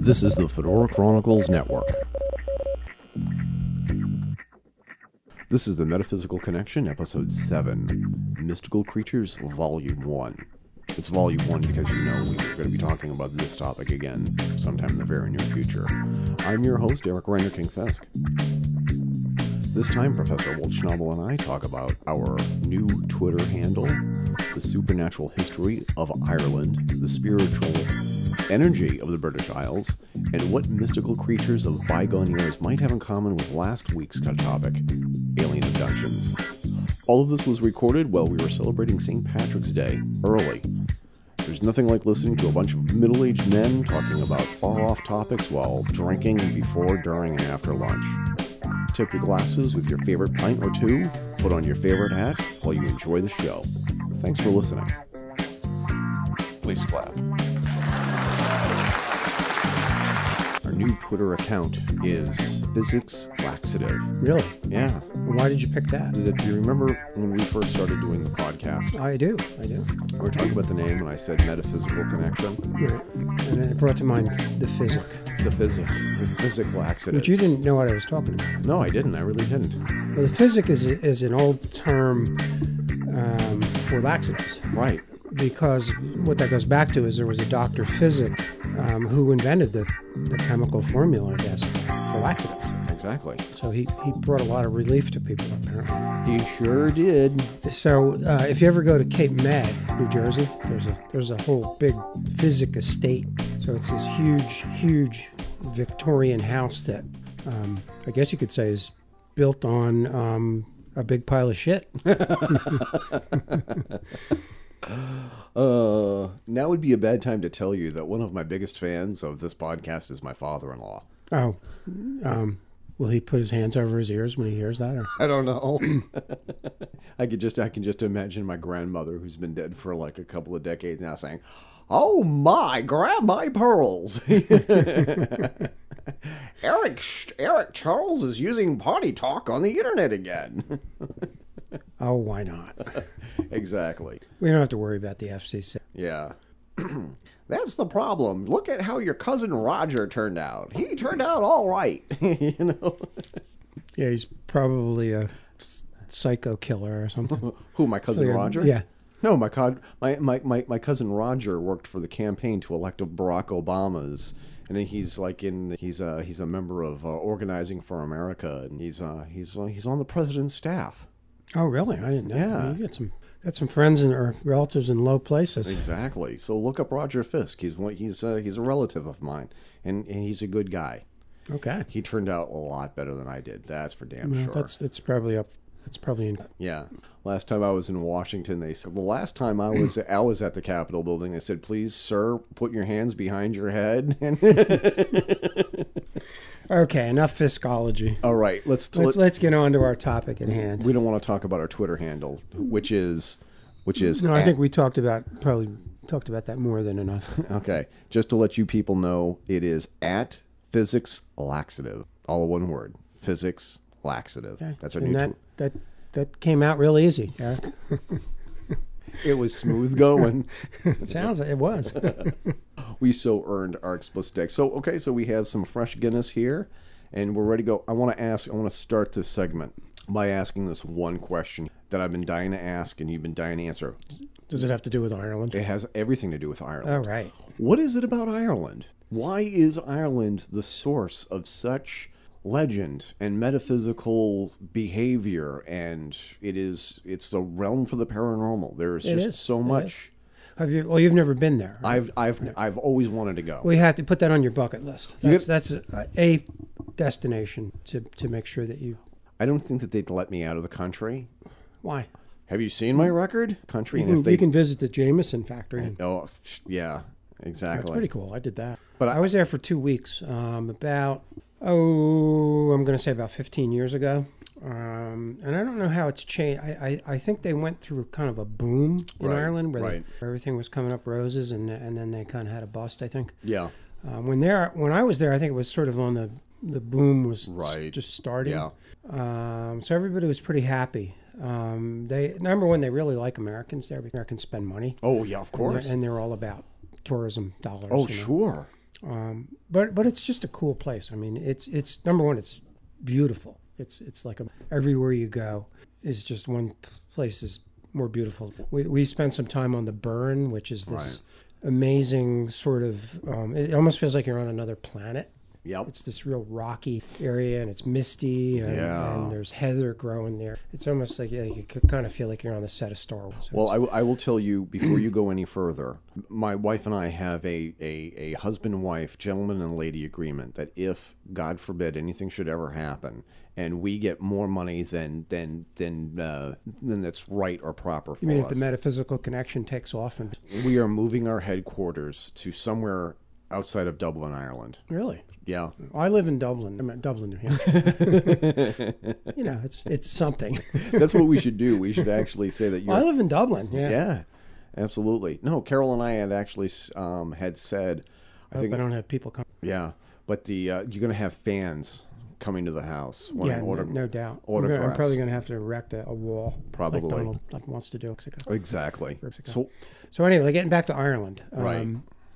This is the Fedora Chronicles Network. This is the Metaphysical Connection, Episode 7 Mystical Creatures, Volume 1. It's Volume 1 because you know we're going to be talking about this topic again sometime in the very near future. I'm your host, Eric Reiner King Fesk. This time, Professor Wolchnobel and I talk about our new Twitter handle, the supernatural history of Ireland, the spiritual energy of the British Isles, and what mystical creatures of bygone years might have in common with last week's topic alien abductions. All of this was recorded while we were celebrating St. Patrick's Day early. There's nothing like listening to a bunch of middle aged men talking about far off topics while drinking before, during, and after lunch tip your glasses with your favorite pint or two, put on your favorite hat while you enjoy the show. Thanks for listening. Please clap. Our new Twitter account is Physics Laxative. Really? Yeah. Why did you pick that? Is it, do you remember when we first started doing the podcast? I do. I do. We were talking about the name, and I said metaphysical connection. Yeah. And it brought to mind the physic, The physic. The physic laxative. which you didn't know what I was talking about. No, I didn't. I really didn't. Well, the physic is, is an old term um, for laxatives Right. because what that goes back to is there was a Dr. Physic um, who invented the, the chemical formula, I guess, for laxatives. Exactly. So he, he brought a lot of relief to people, apparently. He sure did. So uh, if you ever go to Cape May, New Jersey, there's a there's a whole big physic estate. So it's this huge, huge Victorian house that um, I guess you could say is built on um, a big pile of shit. Uh, now would be a bad time to tell you that one of my biggest fans of this podcast is my father-in-law. oh, um, will he put his hands over his ears when he hears that? Or? I don't know. I could just I can just imagine my grandmother who's been dead for like a couple of decades now saying, "Oh my, grab my pearls." Eric Eric Charles is using potty talk on the internet again. Oh, why not? exactly. We don't have to worry about the FCC. Yeah. That's the problem. Look at how your cousin Roger turned out. He turned out all right, you know. Yeah, he's probably a s- psycho killer or something. Who my cousin Like a- Roger? yeah. No, my, cod, my, my my my cousin Roger worked for the campaign to elect Barack Obama's, and then he's like in he's a he's a member of uh, Organizing for America, and he's uh he's uh, he's on the president's staff. Oh, really? I didn't know. Yeah. you got some got some friends and or relatives in low places. Exactly. So look up Roger Fisk. He's one he's uh, he's a relative of mine, and and he's a good guy. Okay. He turned out a lot better than I did. That's for damn Well, sure. That's that's probably up. That's probably in. Yeah. Last time I was in Washington, they said the last time I was I was at the Capitol building, they said, "Please, sir, put your hands behind your head." Okay, enough fiscology. All right, let's, Let's let, let's get on to our topic at hand. we don't want to talk about our Twitter handle, which is which is No, I at- think we talked about probably talked about that more than enough. okay. Just to let you people know, it is at physics laxative, all one word, physics laxative. That's our and new. that tw- that that came out real easy. Eric. it was smooth going. It sounds it was. we so earned our explicit deck. So okay, so we have some fresh Guinness here, and we're ready to go. I want to ask. I want to start this segment by asking this one question that I've been dying to ask, and you've been dying to answer. Does it have to do with Ireland? It has everything to do with Ireland. All right. What is it about Ireland? Why is Ireland the source of such legend and metaphysical behavior? And it is it's the realm for the paranormal. There is just is. so It much. Have you? Well, you've never been there. I've I've I've always wanted to go. we have to put that on your bucket list. That's that's a, a destination to to make sure that you. I don't think that they'd let me out of the country. Why? Have you seen my record? Country and You, if they you can visit the Jameson factory. and Oh, pfft, yeah, That's exactly. pretty cool. I did that. But But I- I, was there for two weeks. Um, about oh, I'm going to say about 15 years ago. Um, and I don't know how it's changed. I, I, I think they went through kind of a boom in Right, Ireland where, they- right. where everything was coming up roses, and and then they kind of had a bust. I think Yeah, um, when there when I was there, I think it was sort of on the the boom was s- Right. just starting. yeah. Um, so everybody was pretty happy. Um, they number one, they really like Americans there. Americans spend money, Oh yeah, of course. and they're all about tourism dollars. oh you know. sure. but but it's just a cool place. I mean, it's it's number one, it's beautiful. It's it's like a, everywhere you go is just one place is more beautiful. We we spent some time on the burn, which is this amazing sort of. Um, it almost feels like you're on another planet. Yep. It's this real rocky area, and it's misty, and, Yeah. and there's heather growing there. It's almost like yeah, you could kind of feel like you're on the set of Star Wars. So Well, I, will- I will tell you before you go any further. My wife and I have a, a, a husband and wife, gentleman and lady agreement that if, God forbid, anything should ever happen, and we get more money than than than uh, than that's right or proper for I mean, if us, the metaphysical connection takes off, and we are moving our headquarters to somewhere outside of Dublin, Ireland. really, Yeah, I live in Dublin. I'm at Dublin, New Hampshire. you know, it's it's something. that's what we should do. We should actually say that you're I live in Dublin. Yeah. Yeah, absolutely. No, Carol and I had actually um, had said, I I think, don't have people come. yeah, but the uh, you're gonna have fans coming to the house. When Yeah, I order, no, no doubt. We're gonna- autographs. I'm probably going to have to erect a, a wall. Probably. Like Donald Trump wants to do in Mexico. exactly. So So anyway, getting back to Ireland. Um, Right.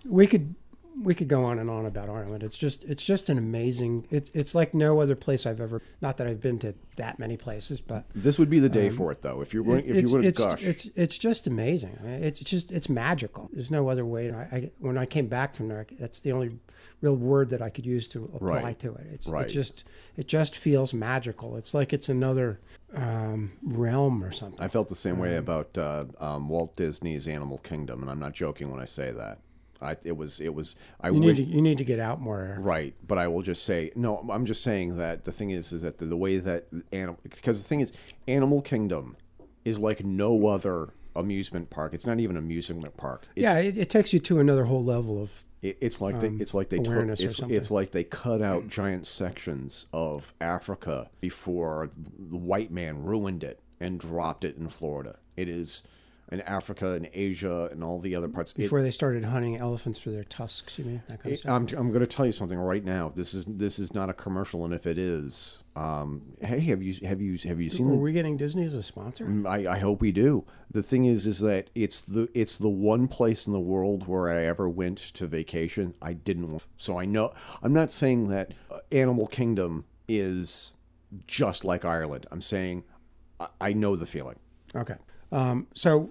We could we could go on and on about Ireland. It's just it's just an amazing. It's it's like no other place I've ever. Not that I've been to that many places, but this would be the day for it, though. If you were, if Um, it's, you were to it's, gush, it's it's just amazing. I mean, It's just it's magical. There's no other way. I, I when I came back from there, that's the only real word that I could use to apply Right. to it. It's Right. it just it just feels magical. It's like it's another um, realm or something. I felt the same way about uh, um, Walt Disney's Animal Kingdom, and I'm not joking when I say that. I it was it was I You need wish. to, you need to get out more. Right, but I will just say no. I'm just saying that the thing is, is that the, the way that animal because the thing is, Animal Kingdom is like no other amusement park. It's not even an amusement park. It's, Yeah, it, it takes you to another whole level of it, it's like they, it's like they took, awareness or it's, something. it's like they cut out giant sections of Africa before the white man ruined it and dropped it in Florida. It is in Africa and Asia and all the other parts. It- before they started hunting elephants for their tusks. You mean that kind of stuff. I'm, I'm going to tell you something right now. This is this is not a commercial, and if it is, um, hey, have you have you have you seen? Were The, Mm, we getting Disney as a sponsor? I, I hope we do. The thing is, is that it's the it's the one place in the world where I ever went to vacation. I didn't, want- so I know. I'm not saying that uh, Animal Kingdom is just like Ireland. I'm saying I, I know the feeling. Okay. Um, so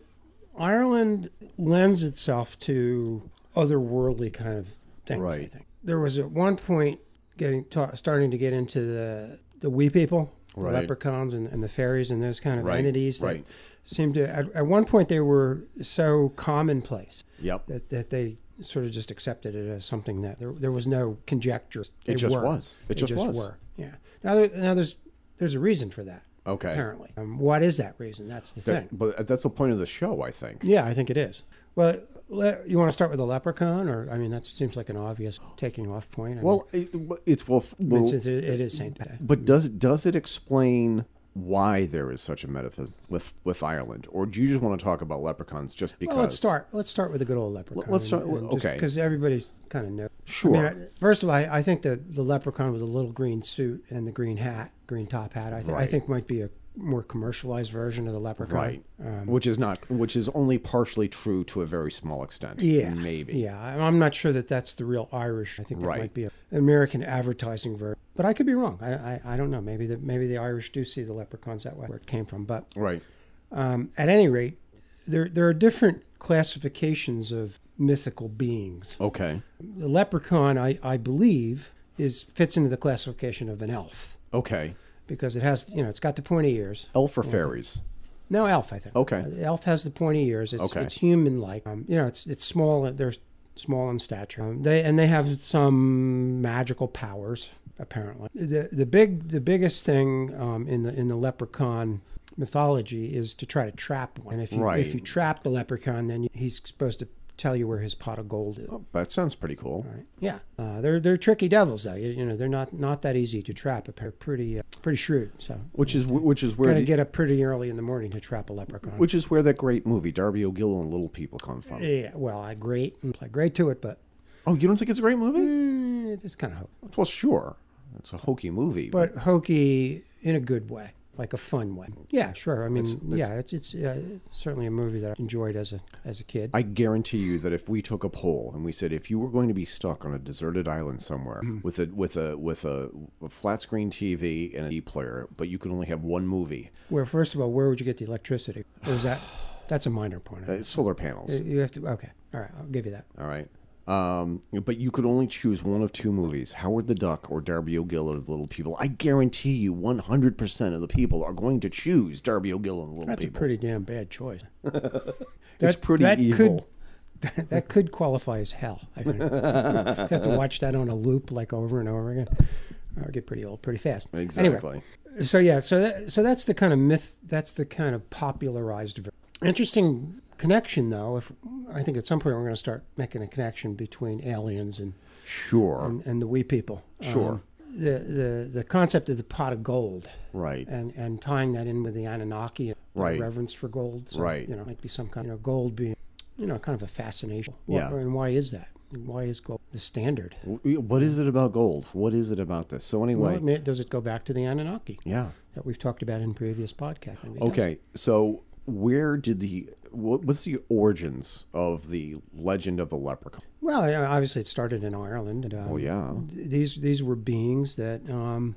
Ireland lends itself to otherworldly kind of things. I Right. think there was at one point getting ta- starting to get into the the wee people, the Right. leprechauns, and, and the fairies and those kind of Right, entities that right. seemed to. At, at one point, they were so commonplace Yep, it that, that they sort of just accepted it as something that there, there was no conjecture. They just were. was. It They just, was. were. Yeah. Now, there, now there's there's a reason for that. Okay. Apparently, um, what is that reason? That's the thing. But that's the point of the show, I think. Yeah, I think it is. Well, le- you want to start with the leprechaun, or I mean, that seems like an obvious taking off point. I Well, it, it's well, mean, well it's, it, it is Saint Patrick. But does does it explain why there is such a metaphysic with with Ireland, or do you just want to talk about leprechauns just because? Well, let's start. Let's start with the good old leprechaun. let's start- okay. Because everybody's kind of knows. Sure. I mean, I- first of all, I, I think the the leprechaun with the little green suit and the green hat, green top hat, I, th- I Right. think might be a more commercialized version of the leprechaun. right? Um, which is not, which is only partially true to a very small extent. Yeah, maybe. Yeah, I'm I'm not sure that that's the real Irish. I think that Right. might be a- an American advertising version, but I could be wrong. I, I, I don't know. Maybe the maybe the Irish do see the leprechauns that way, where it came from. But Right. um, at any rate, there there are different classifications of mythical beings. Okay. The leprechaun, I, I believe, is fits into the classification of an elf Okay. because it has you know it's got the pointy ears. Elf or fairies? No, elf. I think. Okay. Uh, the elf has the pointy ears. It's, Okay. It's human-like. Um, you know, it's it's small. They're small in stature. Um, they and they have some magical powers apparently. The the big the biggest thing um, in the in the leprechaun mythology is to try to trap one. And if you Right. if you trap the leprechaun, then he's supposed to tell you where his pot of gold is. Oh, That sounds pretty cool. Right. Yeah, uh, they're they're tricky devils though. You, you know, they're not not that easy to trap. They're pretty uh, pretty shrewd. So Which is which is where gotta the, get up pretty early in the morning to trap a leprechaun. which is where that great movie Darby O'Gill and Little People come from. Yeah, well, I great and play great to it, but eh, oh, you don't think it's a great movie? mm, it's kind of hokey. Well, sure, it's a hokey movie. But hokey in a good way. like a fun one. Yeah, sure. I mean, It's- it's- yeah, it's it's uh, certainly a movie that I enjoyed as a as a kid. I guarantee you that if we took a poll and we said if you were going to be stuck on a deserted island somewhere Mm-hmm. with a with a with a, a flat screen TV and a D player, but you could only have one movie, Where first of all, where would you get the electricity? Or is that that's a minor point. uh, solar panels. You have to okay. All right, I'll give you that. All right. Um, but you could only choose one of two movies Howard the Duck or Darby O'Gill or The Little People. I guarantee you 100% of the people are going to choose Darby O'Gill and The Little That's People. a pretty damn bad choice. it's that- pretty that could- evil. that could qualify as hell. I think. have to watch that on a loop like over and over again. Or get pretty old pretty fast. Anyway, Exactly. so yeah, so that, so that's the kind of myth. That's the kind of popularized. ver- Interesting connection though. If I think at some point we're going to start making a connection between aliens and Sure. and, and the we people. Sure. Um, the, the the concept of the pot of gold right. and and tying that in with the Anunnaki and the Right. reverence for gold. So, Right. You know, it might be some kind of gold being, you know, kind of a fascination. Wha- Yeah. And why is that? And Why is gold the standard? W- What is it about gold? What is it about this? So, anyway. Well, ma- does it go back to the Anunnaki yeah. that we've talked about in previous podcasts? Maybe it does. Okay. So, where did the. What, what's the origins of the legend of the leprechaun? Mm-hmm. Well, yeah, obviously it started in Ireland. And, um, Well, Oh, yeah. th- These these were beings that um,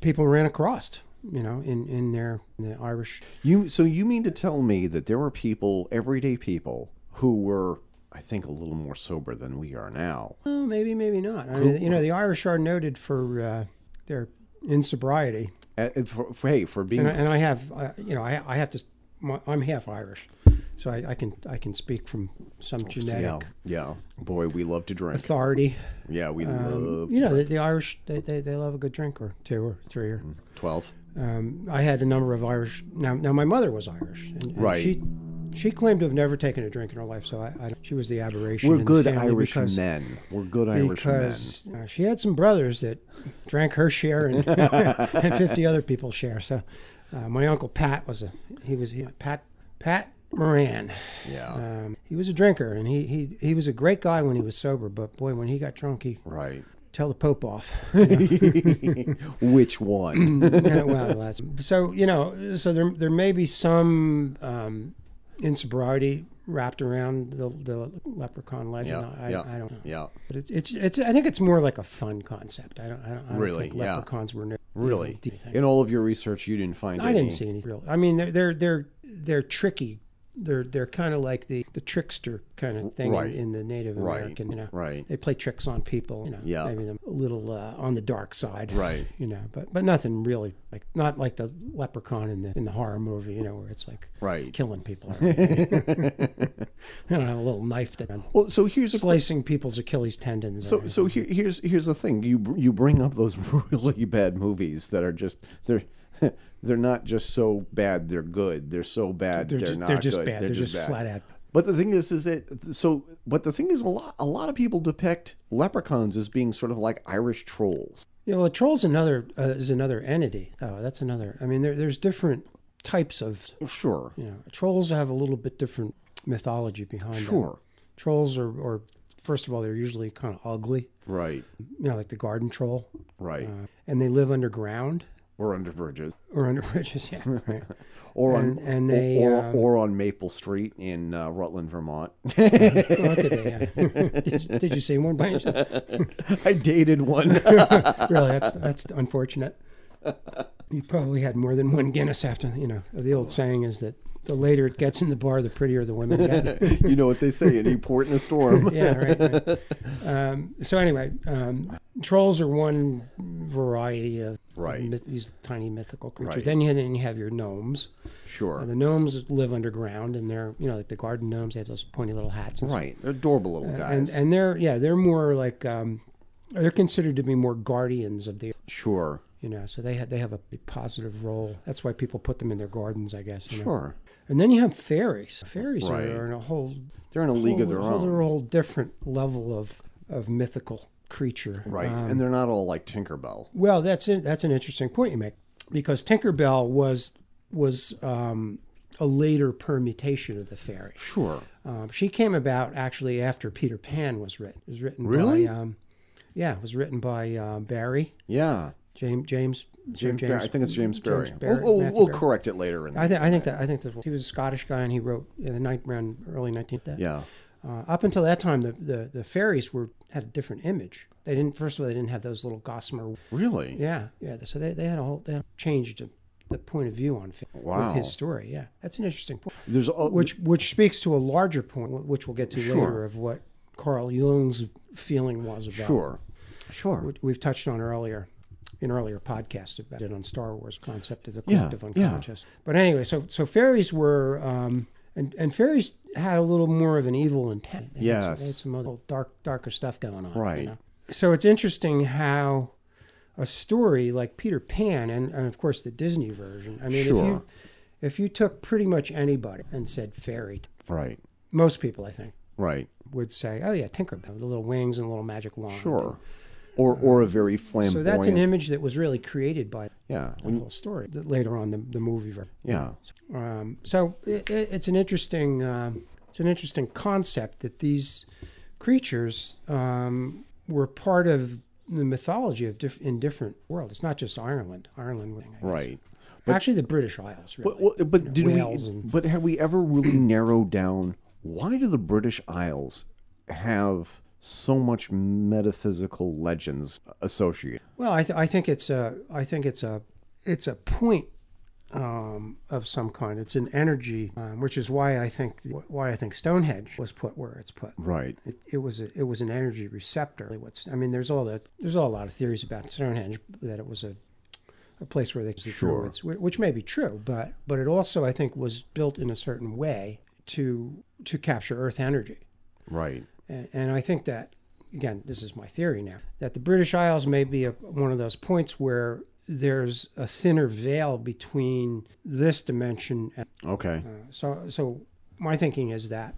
people ran across, you know, in in their in the Irish. You so you mean to tell me that there were people, everyday people, who were, I think, a little more sober than we are now. Well, maybe maybe not. I mean, you know, the Irish are noted for uh, their insobriety. Uh, uh, for, for- hey, for being and I, and I have, uh, you know, I, I have to. My, I'm half Irish, so I, I can I can speak from some genetic Oh, yeah, yeah, boy, we love to drink. authority. Yeah, Um, we love You know, the, the Irish they, they, they love a good drink or two or three. Or twelve. um, I had a number of Irish. Now now my mother was Irish, and, and Right. She, she claimed to have never taken a drink in her life, so I, I she was the aberration. We're in good the family Irish because, men. We're good Irish men. Because uh, she had some brothers that drank her share and, and 50 other people's share. So uh, my uncle Pat was a, he was, he, Pat, Pat Moran. Yeah, Um, he was a drinker and he, he, he was a great guy when he was sober, but boy, when he got drunk, he right. tell the Pope off. Which one? Yeah, well, that's, so, you know, so there, there may be some um, insobriety wrapped around the, the leprechaun legend. Yeah, I, yeah, I don't know. yeah, But it's, it's it's I think it's more like a fun concept. I don't I don't, I don't Really, think yeah. leprechauns were new. really. Do you think? In all of your research, you didn't find I any. didn't see any real. I mean they're they're they're, they're tricky. They're they're kind of like the, the trickster kind of thing in- Right. in, the Native Right, American. You know, right. They play tricks on people. You know, Yeah. maybe they're a little uh, on the dark side. Right. You know, but but nothing really like not like the leprechaun in the in the horror movie. You know, where it's like Right. killing people. Or anything. you know, a little knife that Well, so here's a slicing people's Achilles tendons. or- So, so here, here's here's the thing. You br- you bring up those really bad movies that are just they're they're not just so bad they're good. They're so bad they're, they're, just, not they're just good. bad. They're, just, bad. flat out. But the thing is, is that so. But the thing is, a lot a lot of people depict leprechauns as being sort of like Irish trolls. You know, a troll's another uh, is another entity. Oh, that's another. I mean, there, there's different types of. Sure, You know, trolls have a little bit different mythology behind them. sure, Trolls are, or first of all, they're usually kind of ugly. right, You know, like the garden troll, right, uh, and they live underground or under bridges, or under bridges. Yeah, right. or and, on. and they. or, um, or on Maple Street in uh, Rutland, Vermont. oh, look at that, yeah. did, did you see one by yourself? I dated one. really, that's that's unfortunate. You probably had more than one Guinness after you know. The old saying is that the later it gets in the bar, the prettier the women get. you know what they say: any port in a storm. yeah, right. right. Um, so anyway, um, trolls are one variety of Right. myth, these tiny mythical creatures. Right. Then you then you have your gnomes. Sure. Uh, The gnomes live underground, and they're you know like the garden gnomes. They have those pointy little hats. And stuff. Right, they're adorable little And guys. and they're yeah they're more like um, they're considered to be more guardians of the sure, you know so they have they have a positive role that's why people put them in their gardens i guess you know. sure. and then you have fairies fairies Right. are in a whole They're in a league of whole, their whole, own, whole different level of of mythical creature right? Uh, and they're not all like Tinkerbell, well that's it that's an interesting point you make because tinkerbell was was um a later permutation of the fairy. sure. Um, she came about actually after Peter Pan was written. It was written Really? by, um, yeah, it was written by uh, Barry. Yeah, James James Sir James, Barry- I think it's James Barry. we'll Barry, we'll, Matthew we'll Barry. correct it later. In the, I think I think that I think that he was a Scottish guy and he wrote in the ninth round, early nineteenth. yeah. Uh, up until that time, the, the the fairies were had a different image. They didn't. First of all, they didn't have those little gossamer. Really? Yeah, yeah. So they, they had a whole they had changed the, the point of view on fa- Wow. with his story. Yeah, that's an interesting point. There's a, Which which speaks to a larger point, wh- which we'll get to Sure. later, of what Carl Jung's feeling was about. sure, sure. Which We've touched on earlier in earlier podcasts about it on Star Wars concept of the Yeah, collective yeah. unconscious. But anyway, so so fairies were um, and and fairies had a little more of an evil intent. They had some, Yes. they had some other dark darker stuff going on. you Right. know. So it's interesting how a story like Peter Pan and, and of course the Disney version. I mean, if Sure. you if you took pretty much anybody and said fairy, t- Right, most people I think right. would say, "Oh yeah, Tinkerbell, with the little wings and the little magic wand." Sure. Or or a very flamboyant. Um, So that's an image that was really created by yeah, the whole story. that Later on, the, the movie. ver- yeah. Um, so it, it, it's an interesting um, it's an interesting concept that these creatures um, were part of the mythology of diff- in different worlds. It's not just Ireland. Ireland, I guess. Right. Actually, the British Isles. Really. But well, but did we? whales and- But have we ever really narrowed down why do the British Isles have so much metaphysical legends associated? Well, I, th- I think it's a I think it's a it's a point um, of some kind. It's an energy, um, which is why I think why I think Stonehenge was put where it's put. Right. It, it was a, it was an energy receptor. What's I mean, there's all that there's all a lot of theories about Stonehenge that it was a a place where they could Sure. druids, whi- which may be true, but but it also I think was built in a certain way to to capture Earth energy. Right. And, and I think that, again, this is my theory now, that the British Isles may be a, one of those points where there's a thinner veil between this dimension. And, Okay. so, so my thinking is that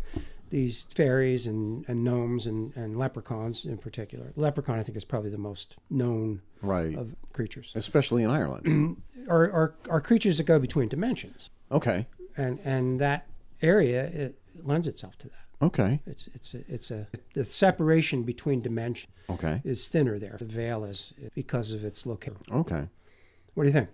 these fairies and, and gnomes and, and leprechauns in particular, leprechaun I think is probably the most known right. of creatures, Especially in Ireland. are, are, are creatures that go between dimensions. okay. And, and that area it lends itself to that. Okay. It's, it's, a, it's a, the separation between dimensions Okay. is thinner there. The veil is because of its location. Okay. What do you think?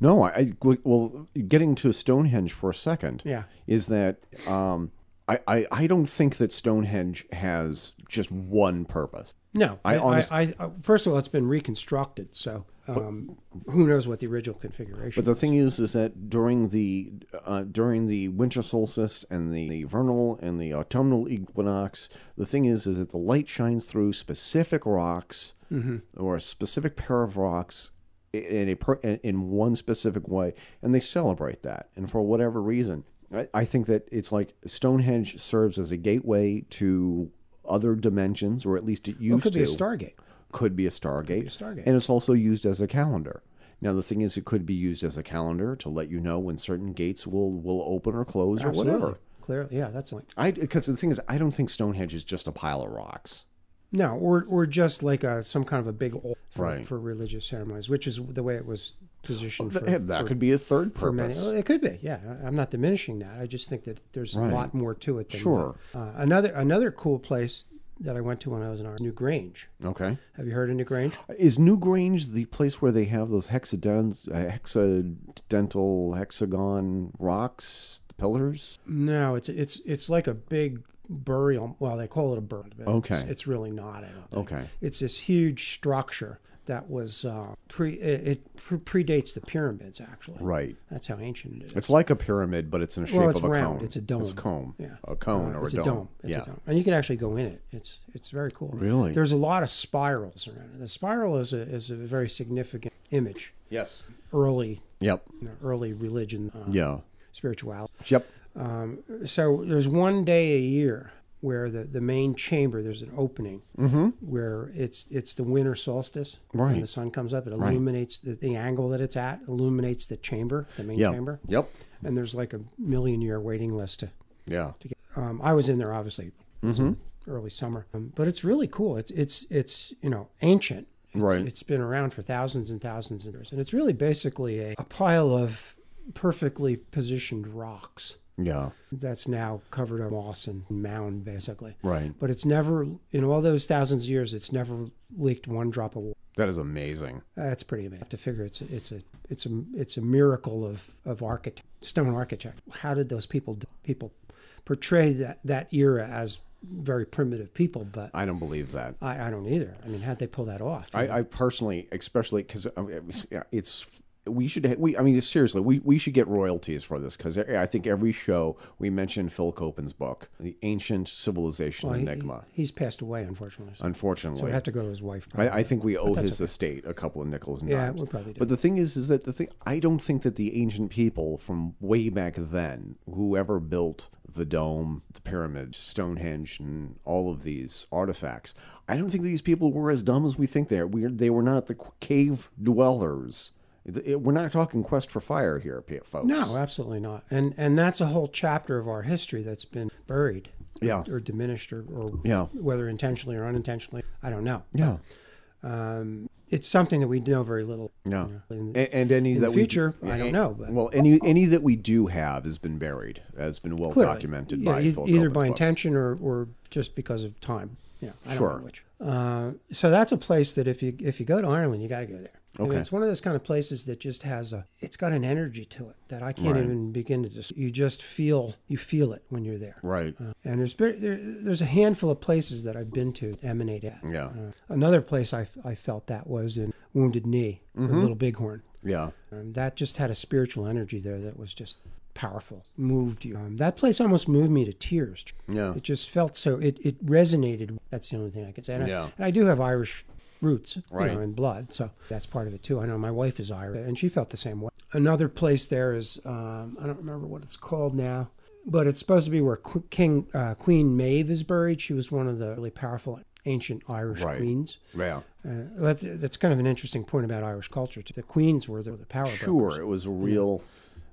No, I, I well, getting to Stonehenge for a second. Yeah. Is that um, I, I I don't think that Stonehenge has just one purpose. No, I honest- I, I, first of all, it's been reconstructed, so um, who knows what the original configuration? But the thing is, is that during the uh, during the winter solstice and the, the vernal and the autumnal equinox, the thing is, is that the light shines through specific rocks Mm-hmm. or a specific pair of rocks i- in a per, in- in one specific way, and they celebrate that. And for whatever reason, I, I think that it's like Stonehenge serves as a gateway to other dimensions, or at least it used it could to be a Stargate. could be a Stargate. Stargate. And it's also used as a calendar. Now the thing is it could be used as a calendar to let you know when certain gates will will open or close or whatever. Absolutely. Clearly, yeah, that's like I because the thing is I don't think Stonehenge is just a pile of rocks. no, or or just like a some kind of a big old for, Right. for religious ceremonies, which is the way it was positioned. for, Th- that for- could be a third for many- purpose. well, it could be, yeah. I- I'm not diminishing that. I just think that there's Right. a lot more to it. Than Sure. that. Uh, another another cool place that I went to when I was in our New Grange. Okay. Have you heard of New Grange? Is Newgrange the place where they have those hexadens, uh, hexadental hexagon rocks, the pillars? No, it's it's it's like a big burial. Well, they call it a burial. But Okay. it's, it's really not. I don't think. Okay. it's this huge structure that was uh, pre. It, it pre- predates the pyramids, actually. Right. That's how ancient it is. It's like a pyramid, but it's in the shape Well, it's of a round. cone. It's a dome. It's a cone. Yeah. A cone Uh, or it's a dome. It's yeah. a dome, and you can actually go in it. It's it's very cool. Really? There's a lot of spirals around it. The spiral is a is a very significant image. Yes. Early, Yep. you know, early religion, uh, Yeah. spirituality. Yep. so there's one day a year where the, the main chamber there's an opening where it's it's the winter solstice Mm-hmm. Right. when the sun comes up it illuminates the, the angle that it's at illuminates the chamber the main Yeah. chamber Yep. and there's like a million year waiting list to, Yeah. to get um, i was in there obviously It was in Mm-hmm. early summer um, but it's really cool it's it's it's you know ancient it's, Right. it's been around for thousands and thousands of years and it's really basically a, a pile of perfectly positioned rocks Yeah. that's now covered a moss and mound basically. Right. But it's never in all those thousands of years, it's never leaked one drop of water. That is amazing. That's pretty amazing. I have to figure it's a, it's a it's a it's a miracle of of architect, stone architect. How did those people people portray that that era as very primitive people? But I don't believe that. I, I don't either. I mean, how'd they pull that off? I, I personally, especially because it's we should we I mean seriously we we should get royalties for this because I think every show we mention Phil Copen's book, The Ancient Civilization He- Enigma. he's passed away, unfortunately. So I Unfortunately, have to go to his wife. Probably. I, I think we owe his estate a couple of nickels and Yeah, dimes. we probably do. But the thing is, is that the thing I don't think that the ancient people from way back then, whoever built the dome, the pyramids, Stonehenge, and all of these artifacts, I don't think these people were as dumb as we think they are. We, they were not the qu- cave dwellers. It- it- we're not talking quest for fire here, pe- folks. no, absolutely not. And and that's a whole chapter of our history that's been buried. Yeah. or diminished or, or Yeah. whether intentionally or unintentionally i don't know Yeah. it's something that we know very little Yeah. you know, in- A- and any that the we future, I don't a- know, but- well, any any that we do have has been buried, has been well clearly. documented Yeah, by e- Phil either Copen's by book. intention or, or just because of time you know, I don't Sure. know which. Uh, so that's a place that if you if you go to Ireland, you got to go there. I mean, Okay. it's one of those kind of places that just has a it's got an energy to it that I can't even begin to just you just feel you feel it when you're there. Right. Uh, and there's been- there, there's a handful of places that I've been to emanate at. Yeah. Uh, another place I, I felt that was in Wounded Knee, with Mm-hmm. Little Bighorn. Yeah. Um, that just had a spiritual energy there that was just powerful, moved you. Um, that place almost moved me to tears. Yeah. It just felt so, it, it resonated. That's the only thing I could say. And, Yeah. I, and I do have Irish roots you Right. know, in blood, so that's part of it too. I know my wife is Irish, and she felt the same way. Another place there is, um, I don't remember what it's called now. But it's supposed to be where Qu- King uh, Queen Maeve is buried. She was one of the really powerful ancient Irish Right. queens. Yeah. Uh, that's, that's kind of an interesting point about Irish culture. Too. The queens were the, were the power brokers. Sure, it was a real.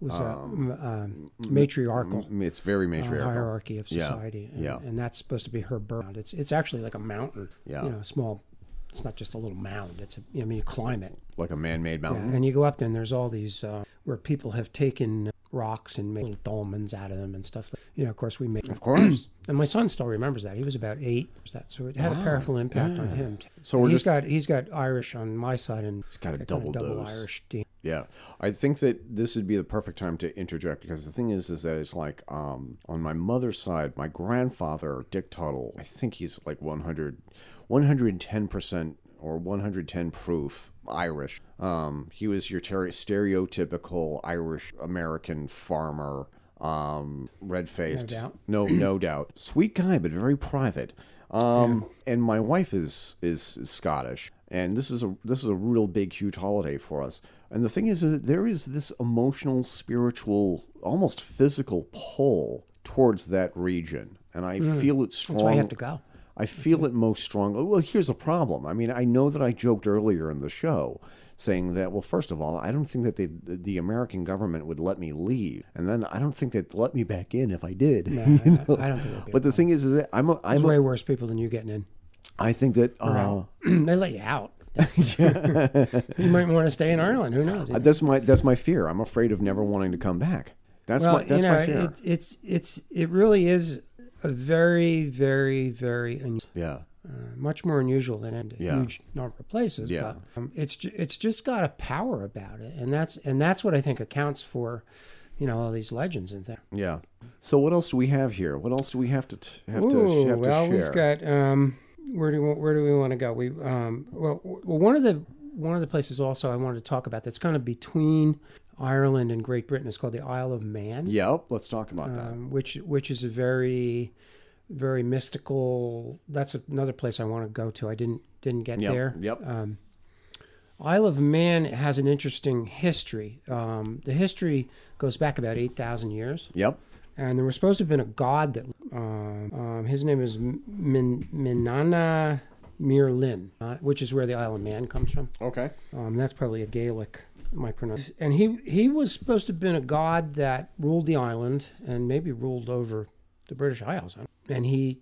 It was a um, matriarchal m- It's very Oh, matriarchal. hierarchy of Yeah, society, And, yeah. and that's supposed to be her birth. It's it's actually like a mountain. Yeah. you know, a small. It's not just a little mound. It's a, I mean, you climb it, like a man-made mountain. and you go up there, and there's all these uh, where people have taken rocks and made little dolmens out of them and stuff. You know, of course, we make. Of course. And my son still remembers that. He was about eight. Was that so? It had a powerful impact on him. too. Ah, So And we're he's just- got he's got Irish on my side, and he's got a double dose. Irish. DNA. yeah, I think that this would be the perfect time to interject because the thing is, is that it's like um, on my mother's side, my grandfather Dick Tuttle. I think he's like 100, 110 percent or 110 proof Irish. Um, he was your ter- stereotypical Irish American farmer. Um, red faced, No doubt. no, no doubt. Sweet guy, but very private. Um, and my wife is, is is Scottish, and this is a this is a real big huge holiday for us. And the thing is, that there is this emotional, spiritual, almost physical pull towards that region, and I feel it strong. Mm. That's why you have to go. I feel it most strongly. Well, here's a problem. I mean, I know that I joked earlier in the show saying that, well, first of all, I don't think that they, the, the American government would let me leave. And then I don't think they'd let me back in if I did. you I- know? I don't think they'd be But the thing is, is that I'm a, I'm There's a, way worse people than you getting in. I think that uh, they let you out. you might want to stay in Ireland. Who knows? that's my that's my fear. I'm afraid of never wanting to come back. That's well, my that's you know, my fear. it, it's it's it really is a very very very un- yeah. uh, much more unusual than in a Yeah. huge number of places. Yeah. But, um, it's ju- it's just got a power about it, and that's and that's what I think accounts for, you know, all these legends and things. Yeah. So what else do we have here? What else do we have to t- have to sh- Ooh, have well, to share? we've got um, where do we, where do we want to go? We um, well, w- well, one of the one of the places also I wanted to talk about that's kind of between Ireland and Great Britain is called the Isle of Man, yep. Let's talk about that. um, which which is a very very mystical. That's another place I want to go to. I didn't didn't get Yep. there. uh, Yep. Isle of Man has an interesting history. Um, the history goes back about eight thousand years yep. and there was supposed to have been a god that um, um, his name is M- Min- Minana Mirlin, uh, which is where the Isle of Man comes from. Okay. Um, that's probably a Gaelic, my pronounce. And he he was supposed to have been a god that ruled the island and maybe ruled over the British Isles. And he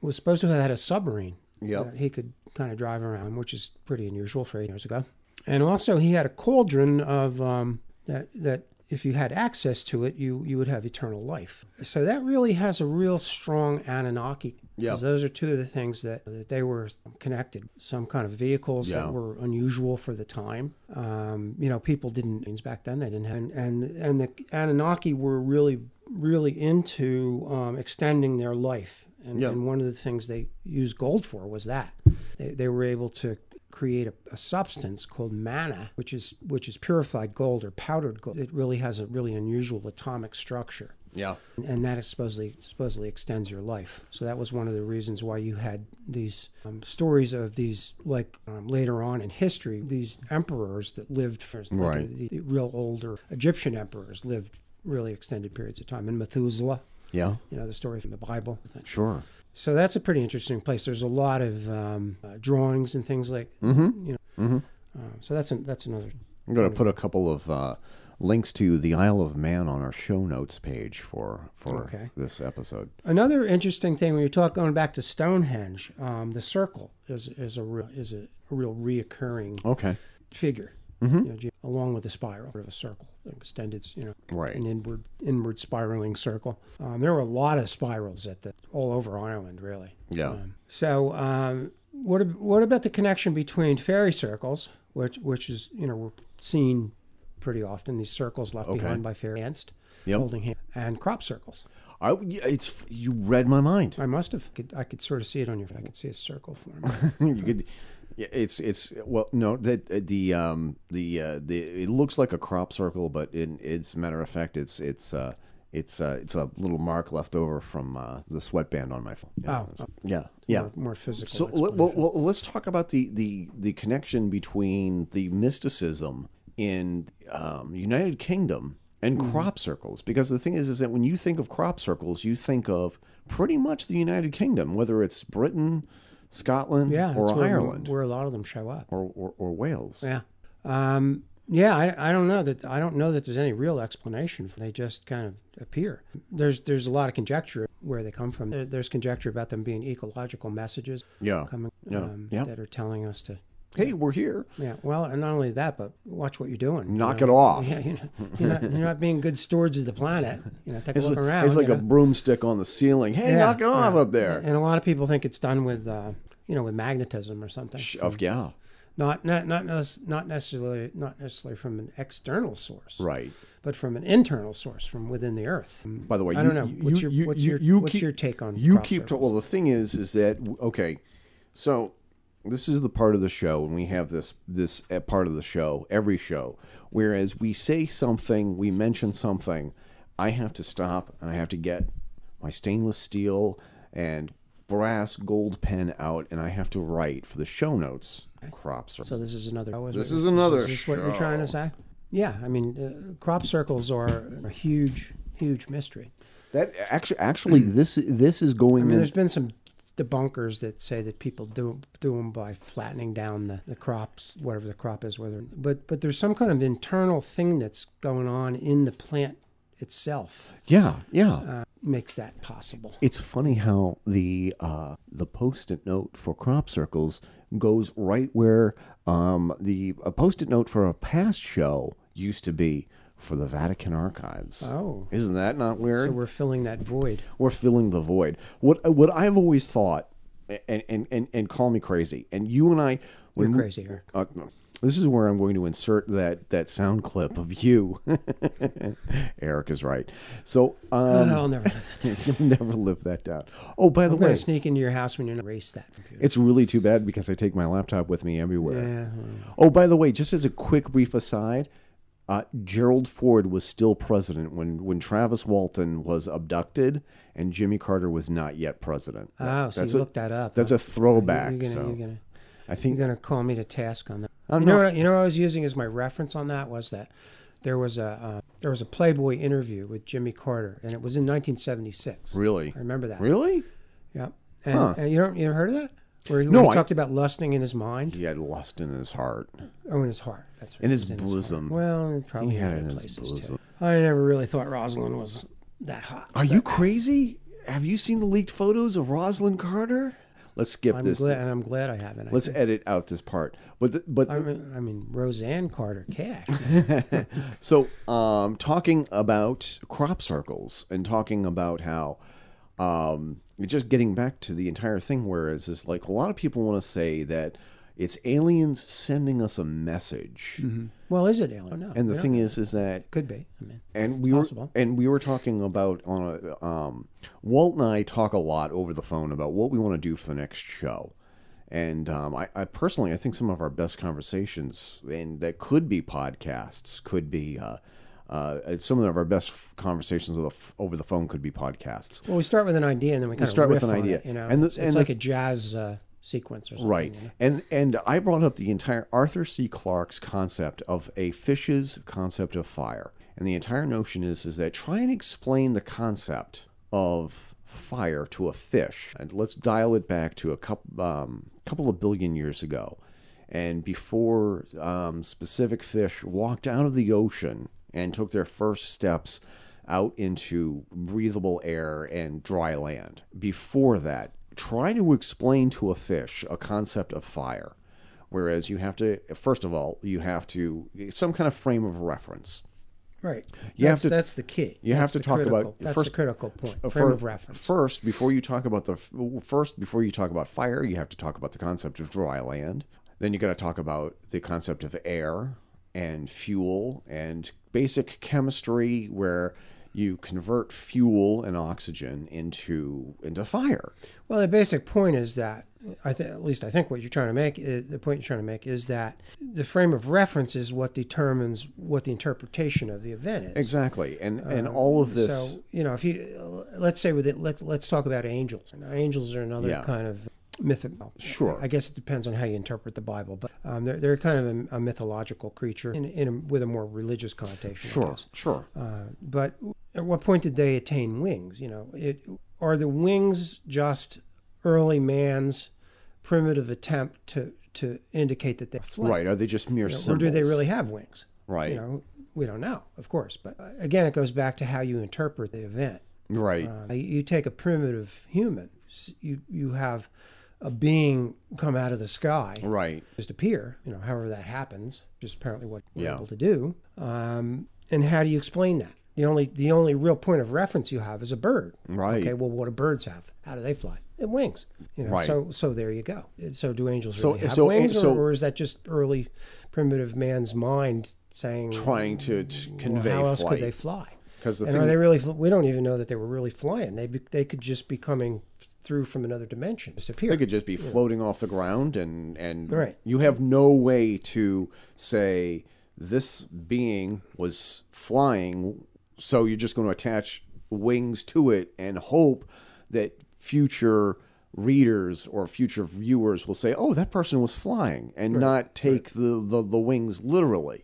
was supposed to have had a submarine Yep. that he could kind of drive around, which is pretty unusual for eight years ago. And also, he had a cauldron of um, that that if you had access to it, you you would have eternal life. So that really has a real strong Anunnaki. 'cause Yeah. those are two of the things that, that they were connected. Some kind of vehicles Yeah. that were unusual for the time. Um, you know, people didn't means back then. They didn't have and and, and the Anunnaki were really really into um, extending their life. And, Yeah. and one of the things they used gold for was that they, they were able to create a, a substance called manna, which is which is purified gold or powdered gold. It really has a really unusual atomic structure, Yeah. and, and that is supposedly supposedly extends your life. So that was one of the reasons why you had these um, stories of these like um, later on in history, these emperors that lived for like, Right. the, the real older Egyptian emperors lived really extended periods of time, and Methuselah. Yeah. You know the story from the Bible. I think. Sure. So that's a pretty interesting place. There's a lot of um, uh, drawings and things like you know. Uh, so that's an, that's another. I'm going to put a couple of uh, links to the Isle of Man on our show notes page for for Okay. this episode. Another interesting thing when you talk going back to Stonehenge, um, the circle is is a real, is a real reoccurring Okay. figure, you know, ge- along with the spiral sort of a circle extended, you know, Right. an inward inward spiraling circle. Um, there were a lot of spirals at the all over Ireland, really. Yeah. Um, so, um, what ab- what about the connection between fairy circles, which which is you know we're seen pretty often these circles left behind by fairy hands, Yep. holding hand, and crop circles. I, it's you read my mind. I must have could, I could sort of see it on your. I could see a circle form. you could. yeah, It's it's well no that the um the uh, the it looks like a crop circle but in it's a matter of fact it's it's uh it's uh it's a little mark left over from uh, the sweatband on my phone. Yeah. Oh. yeah yeah. more, more physical. So let, explanation. well, well, let's talk about the, the, the connection between the mysticism in um, United Kingdom and Mm-hmm. crop circles, because the thing is, is that when you think of crop circles, you think of pretty much the United Kingdom, whether it's Britain, Scotland, yeah, that's or where- Ireland, where a lot of them show up. or, or, or Wales. Yeah. Um, yeah, I, I don't know that I don't know that there's any real explanation. for They just kind of appear. There's there's a lot of conjecture where they come from. There, there's conjecture about them being ecological messages Yeah. coming Yeah. um, Yeah. that are telling us to. Hey, we're here. Yeah, well, and not only that, but watch what you're doing. Knock you it know? off. Yeah, you know, you're, not, you're not being good stewards of the planet. You know, take It's, a look like- around. it's like you a know? broomstick on the ceiling. Hey, Yeah, knock it off yeah. up there. And a lot of people think it's done with, uh, you know, with magnetism or something. Sh- Of, yeah. Not not not nec- not necessarily not necessarily from an external source. Right. Mm. but from an internal source from within the earth. By the way, I you- don't know. you- What's you- your you- what's you- your you what's keep- your take on you crop keep circles? well the thing is is that okay so this is the part of the show and we have this this uh, part of the show every show whereas we say something we mention something i have to stop and i have to get my stainless steel and brass gold pen out and i have to write for the show notes crop circles So this is another. oh, This it? is another Is this what you're trying to say? Yeah, I mean, uh, crop circles are a huge, huge mystery. that actually actually this this is going I mean, in- there's been some debunkers that say that people do do them by flattening down the, the crops, whatever the crop is, whether but but there's some kind of internal thing that's going on in the plant itself yeah yeah makes that possible. It's funny how the uh, the post-it note for crop circles goes right where um, the a post-it note for a past show used to be for the Vatican archives. Oh. Isn't that not weird? So we're filling that void. we're filling the void. What what I've always thought, and and and, and call me crazy, and you and I, when You're we- crazy, Eric. Uh, no. this is where I'm going to insert that that sound clip of you. Eric is right. So um, I'll never live that you'll never live that down. Oh, by the I'm way, gonna sneak into your house when you're not erase that computer. It's really too bad because I take my laptop with me everywhere. Yeah. Oh, by the way, just as a quick brief aside, uh, Gerald Ford was still president when, when Travis Walton was abducted, and Jimmy Carter was not yet president. Oh, so That's you a- looked that up. That's a throwback. You're gonna, so you're gonna, I you're think gonna call me to task on that. Oh, you no. know, what, I- you know, what I was using as my reference on that was that there was a uh, there was a Playboy interview with Jimmy Carter, and it was in 1976. really, I remember that. really, Yeah. And, and you don't you ever heard of that? Where he, No, when he I- talked about lusting in his mind. he had lust in his heart, Oh, in his heart. That's right. in his It was bosom. heart. Well, it probably He had it in in other his places too. bosom. Oh, I never really thought Rosalind was that hot. Are you crazy? Have you seen the leaked photos of Rosalind Carter? Let's skip I'm this. glad, and I'm glad I haven't. I Let's think. edit out this part. But the, but I mean, I mean, Roseanne Carter Cash. So, um, talking about crop circles and talking about how, um, just getting back to the entire thing, whereas it's like a lot of people want to say that it's aliens sending us a message, well, is it alien? No, and the yeah, thing is, is that could be. I mean, and we possible. were and we were talking about on a, um, Walt and I talk a lot over the phone about what we want to do for the next show, and um, I, I personally I think some of our best conversations and that could be podcasts could be uh, uh, some of our best f- conversations over the, f- over the phone could be podcasts. well, we start with an idea, and then we kind start of with an idea. you know, And the- it's, it's and the like th- a jazz uh, sequence or something. Right. you know? And and I brought up the entire Arthur C. Clarke's concept of a fish's concept of fire. And the entire notion is is that try and explain the concept of fire to a fish. And let's dial it back to a couple um, couple of billion years ago. And before um, specific fish walked out of the ocean and took their first steps out into breathable air and dry land. Before that, try to explain to a fish a concept of fire. Whereas you have to, first of all, you have to some kind of frame of reference. Right. You have that's, to- that's the key. you have That's to the talk about- critical- that's first- the critical point. Uh, frame fir- of reference. First, before you talk about the first, before you talk about fire, you have to talk about the concept of dry land. Then you got to talk about the concept of air and fuel and basic chemistry, where you convert fuel and oxygen into into fire. Well, the basic point is that I th- at least I think what you're trying to make is the point you're trying to make is that the frame of reference is what determines what the interpretation of the event is. Exactly, and and all of this. Um, So you know, if you let's say with it, let's let's talk about angels. Now, angels are another Yeah. kind of mythical. Sure. I guess it depends on how you interpret the Bible, but um, they're they're kind of a, a mythological creature in, in a, with a more religious connotation. I sure, guess. sure. Uh, but at what point did they attain wings? You know, it, are the wings just early man's primitive attempt to to indicate that they're flat, right? Are they just mere or symbols? do they really have wings? Right. You know, we don't know, of course. But uh, again, it goes back to how you interpret the event. Right. Uh, you take a primitive human, s- you you have a being come out of the sky, right. just appear, you know, however that happens, just apparently what we're Yeah. able to do. Um, and how do you explain that? The only the only real point of reference you have is a bird. Right. Okay, well what do birds have? How do they fly? It wings. You know, Right. so so there you go. So do angels So- really have so- wings so- or, or is that just early primitive man's mind saying Trying to, to well, convey mm, how else flight. could they fly? 'Cause the and thing- are they really? fl- We don't even know that they were really flying. They be, they could just be coming through from another dimension, just appear. They could just be floating off the ground, and and Right. you have no way to say this being was flying. So you're just going to attach wings to it and hope that future readers or future viewers will say, "Oh, that person was flying," and not take the, the the wings literally.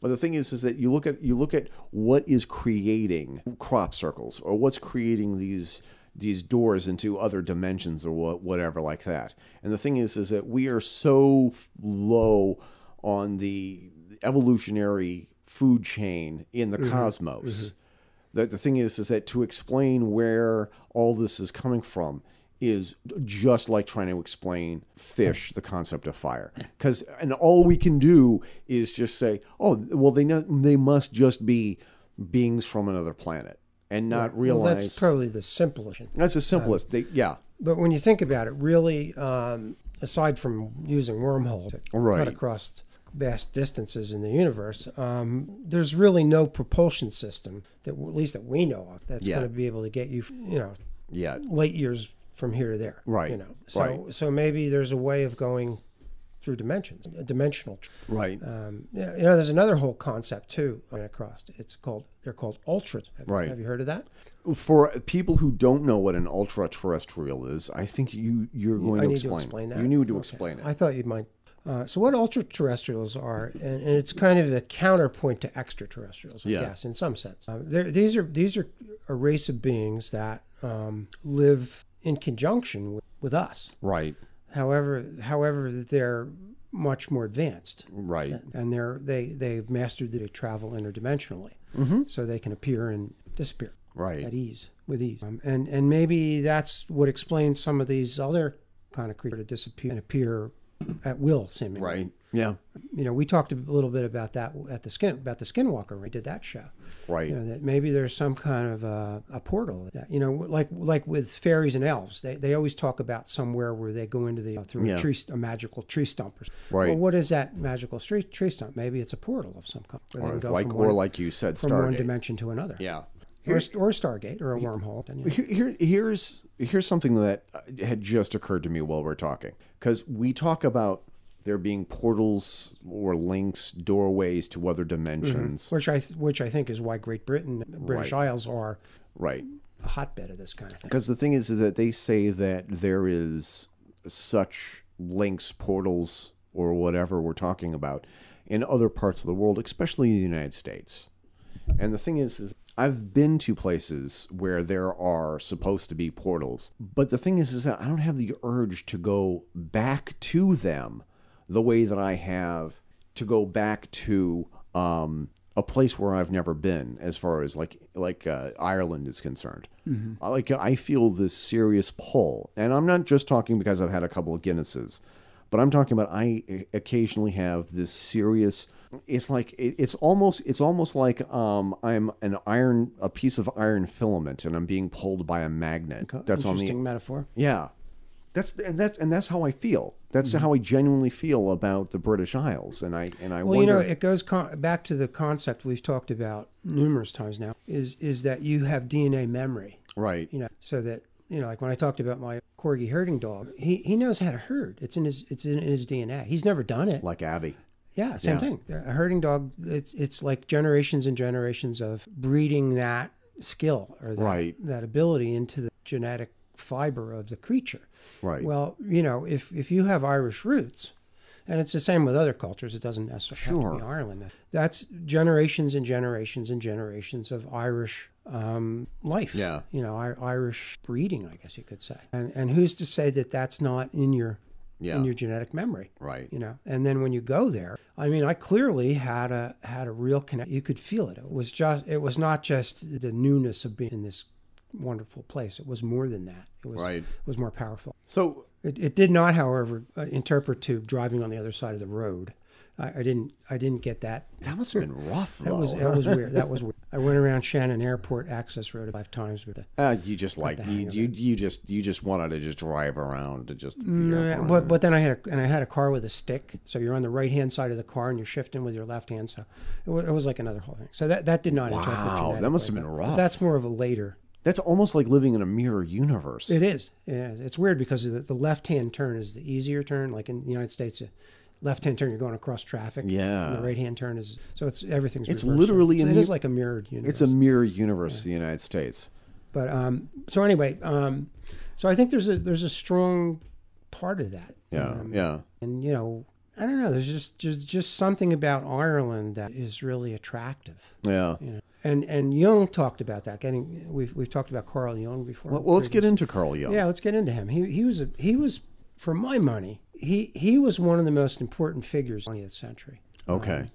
But the thing is, is that you look at you look at what is creating crop circles or what's creating these these doors into other dimensions or what, whatever like that. And the thing is, is that we are so f- low on the evolutionary food chain in Mm-hmm. the cosmos. That the thing is, is that to explain where all this is coming from is just like trying to explain fish the concept of fire because and all we can do is just say oh well they know they must just be beings from another planet and not realize well, that's probably the simplest. that's the simplest. they, yeah, But when you think about it, really, um, aside from using wormholes to Right. cut across vast distances in the universe, um, there's really no propulsion system that, at least that we know of, that's Yeah. going to be able to get you, you know, yeah, late years from here to there. Right. You know, so Right. so maybe there's a way of going through dimensions, a dimensional. tr- right, Um, yeah, you know, there's another whole concept too. I ran across. It's called. They're called ultras. Have- Right. Have you heard of that? For people who don't know what an ultra terrestrial is, I think you you're going I to, need explain. to explain that. You need to Okay. explain it. I thought you might. Uh, so, what ultra-terrestrials are, and, and it's kind of a counterpoint to extraterrestrials, I Yeah. guess, in some sense. Um, they're- these are these are a race of beings that um, live in conjunction with, with us. right, However, however, they're much more advanced, right, and they're they they've mastered the travel interdimensionally, Mm-hmm. so they can appear and disappear right. at ease with ease um, and and maybe that's what explains some of these other kind of creature to disappear and appear at will, seemingly. Right. Yeah. You know, we talked a little bit about that at the skin about the Skinwalker. when We did that show. Right. You know that maybe there's some kind of a, a portal that you know, like like with fairies and elves, they, they always talk about somewhere where they go into the uh, through Yeah. a tree, st- a magical tree stump. Or something. Right. Well, what is that magical tree tree stump? Maybe it's a portal of some kind. Where Or they can go like from or one, like you said, from one Stargate. dimension to another. Yeah. Or, a st- or a Stargate or a wormhole. And, you know, Here, here, here's here's something that had just occurred to me while we're talking because we talk about there being portals or links, doorways to other dimensions, which I th- which I think is why Great Britain, British Isles are right? a hotbed of this kind of thing. Because the thing is that they say that there is such links, portals, or whatever we're talking about in other parts of the world, especially the United States. And the thing is, is I've been to places where there are supposed to be portals, but the thing is, is that I don't have the urge to go back to them the way that I have to go back to um, a place where I've never been, as far as like like uh, Ireland is concerned. I Like I feel this serious pull, and I'm not just talking because I've had a couple of Guinnesses, but I'm talking about I occasionally have this serious. It's like it- it's almost it's almost like um, I'm an iron a piece of iron filament, and I'm being pulled by a magnet. That's on Interesting the metaphor. yeah. That's and that's and that's how I feel. That's Mm-hmm. how I genuinely feel about the British Isles, and I and I Well, wonder. you know, it goes con- back to the concept we've talked about numerous times now. Is is that you have DNA memory? right. You know, so that you know, like when I talked about my corgi herding dog, he, he knows how to herd. It's in his it's in, in his DNA. He's never done it. Like Abby. Yeah, same Yeah. thing. A herding dog, it's it's like generations and generations of breeding that skill or that, Right. that ability into the genetic fiber of the creature. Right. Well, you know, if if you have Irish roots, and it's the same with other cultures, it doesn't necessarily have Sure. to be Ireland. That's generations and generations and generations of Irish um, life. Yeah. You know, I, Irish breeding, I guess you could say. And and who's to say that that's not in your Yeah. in your genetic memory? right. you know and then when you go there i mean i clearly had a had a real connect you could feel it it was just it was not just the newness of being in this wonderful place it was more than that it was Right. it was more powerful So it, it did not however uh, interpret to driving on the other side of the road i, I didn't i didn't get that that must have been rough. Though. that was that was weird that was weird i went around shannon airport access road five times with the Uh, you just like you, you you just you just wanted to just drive around to just the airport. But but then I had a, and I had a car with a stick, so you're on the right hand side of the car and you're shifting with your left hand. So it, wa- it was like another whole thing. So that, that did not interpret. Wow, that genetically, must have been but rough. That's more of a later. That's almost like living in a mirror universe. It is. It is. It's weird because the, the left hand turn is the easier turn. Like in the United States, a left hand turn you're going across traffic. Yeah. And the right hand turn is so it's everything's. It's reversed. literally So a it is mu- like a mirrored universe. it's a mirror universe of the United States. But um, so anyway, um, so I think there's a there's a strong part of that. Yeah, yeah. and you know i don't know there's just just just something about ireland that is really attractive Yeah. you know and and jung talked about that getting we've, we've talked about carl jung before Well, well, let's get into Carl Jung. yeah let's get into him he, he was a, he was for my money he he was one of the most important figures in the 20th century Um, Okay.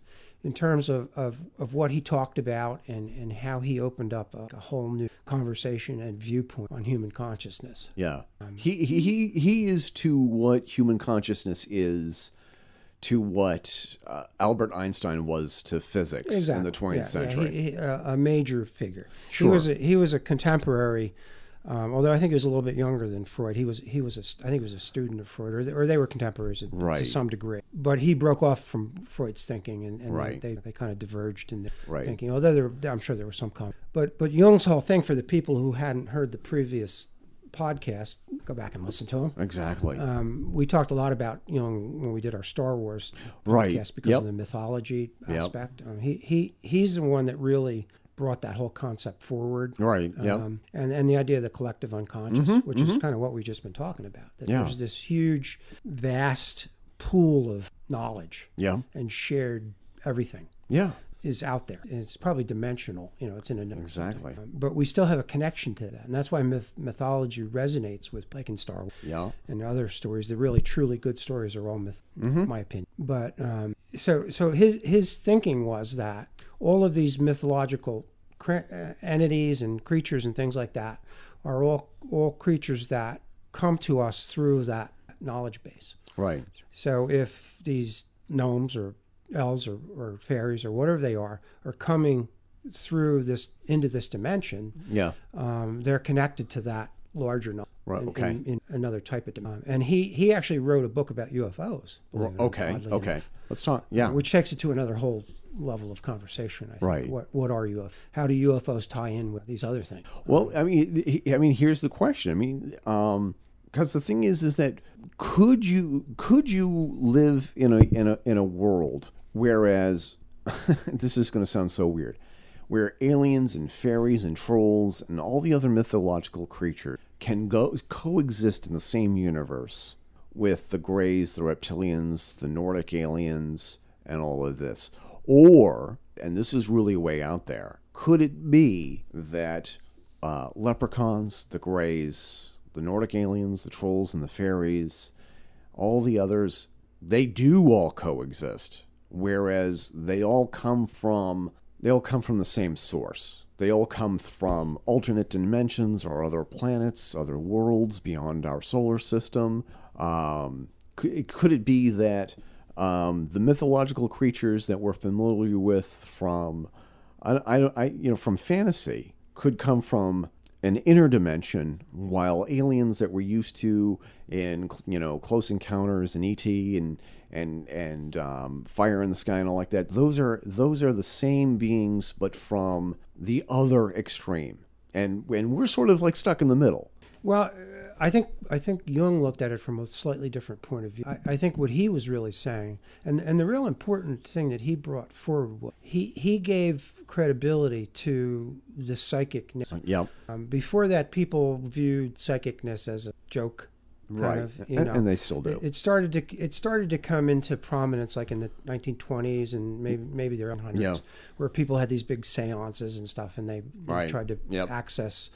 in terms of, of, of what he talked about and, and how he opened up a, a whole new conversation and viewpoint on human consciousness. Yeah. um, he, he he he is to what human consciousness is to what uh, Albert Einstein was to physics in the 20th Yeah, yeah, century. he- he- a a major figure. Sure. He was a, he was a contemporary, um, although I think he was a little bit younger than Freud. He was he was a, st- I think he was a student of Freud, or they, or they were contemporaries in- Right. to some degree. But he broke off from Freud's thinking, and, and Right. they, they kind of diverged in their Right. thinking. Although there, were- I'm sure there was some common. But but Jung's whole thing for the people who hadn't heard the previous podcast, go back and listen to him. Exactly. Um, we talked a lot about Jung when we did our Star Wars Right. podcast because Yep. of the mythology Yep. aspect. Um, he he he's the one that really brought that whole concept forward. right. Yeah. Um, and and the idea of the collective unconscious, which is kind of what we've just been talking about. That Mm-hmm, Yeah. there's this huge, vast pool of knowledge yeah. and shared everything Yeah. is out there. And it's probably dimensional. You know, it's in a Exactly. but we still have a connection to that, and that's why myth, mythology resonates with like in Star Wars Yeah. and other stories. The really truly good stories are all myth, my opinion. But um, so so his his thinking was that all of these mythological cre- uh, entities and creatures and things like that are all all creatures that come to us through that knowledge base. Right. So if these gnomes or elves or, or fairies or whatever they are are coming through this into this dimension, Yeah. um, they're connected to that larger knowledge. Right, in- okay. In, in another type of dimension. And he he actually wrote a book about UFOs. believe it or not, Okay. oddly Okay. enough, Let's talk. Yeah. which takes it to another whole level of conversation. I think. Right. What what are UFOs? How do UFOs tie in with these other things? Well, I mean, he- I mean, here's the question. I mean, um, because the thing is, is that could you could you live in a in a in a world whereas this is going to sound so weird, where aliens and fairies and trolls and all the other mythological creatures can go coexist in the same universe with the greys, the reptilians, the Nordic aliens, and all of this. Or, and this is really way out there, could it be that uh, leprechauns, the greys, the Nordic aliens, the trolls, and the fairies, all the others, they do all coexist, whereas they all come from they all come from the same source. They all come from alternate dimensions or other planets, other worlds beyond our solar system. Um, could, could it be that um, the mythological creatures that we're familiar with from I, I, I, you know, from fantasy could come from an inner dimension, while aliens that we're used to in, you know, Close Encounters and ET and and and um, Fire in the Sky and all like that, those are those are the same beings, but from the other extreme, and and we're sort of like stuck in the middle. Well, uh, I think I think Jung looked at it from a slightly different point of view. I, I think what he was really saying, and and the real important thing that he brought forward, was he he gave credibility to the psychicness. Yep. Um, before that, people viewed psychicness as a joke, kind Right. of, you and, know. and they still do. it started to it started to come into prominence like in the 1920s and maybe maybe the early 100s Yeah. where people had these big seances and stuff and they, they Right. tried to Yep. Mm-hmm. access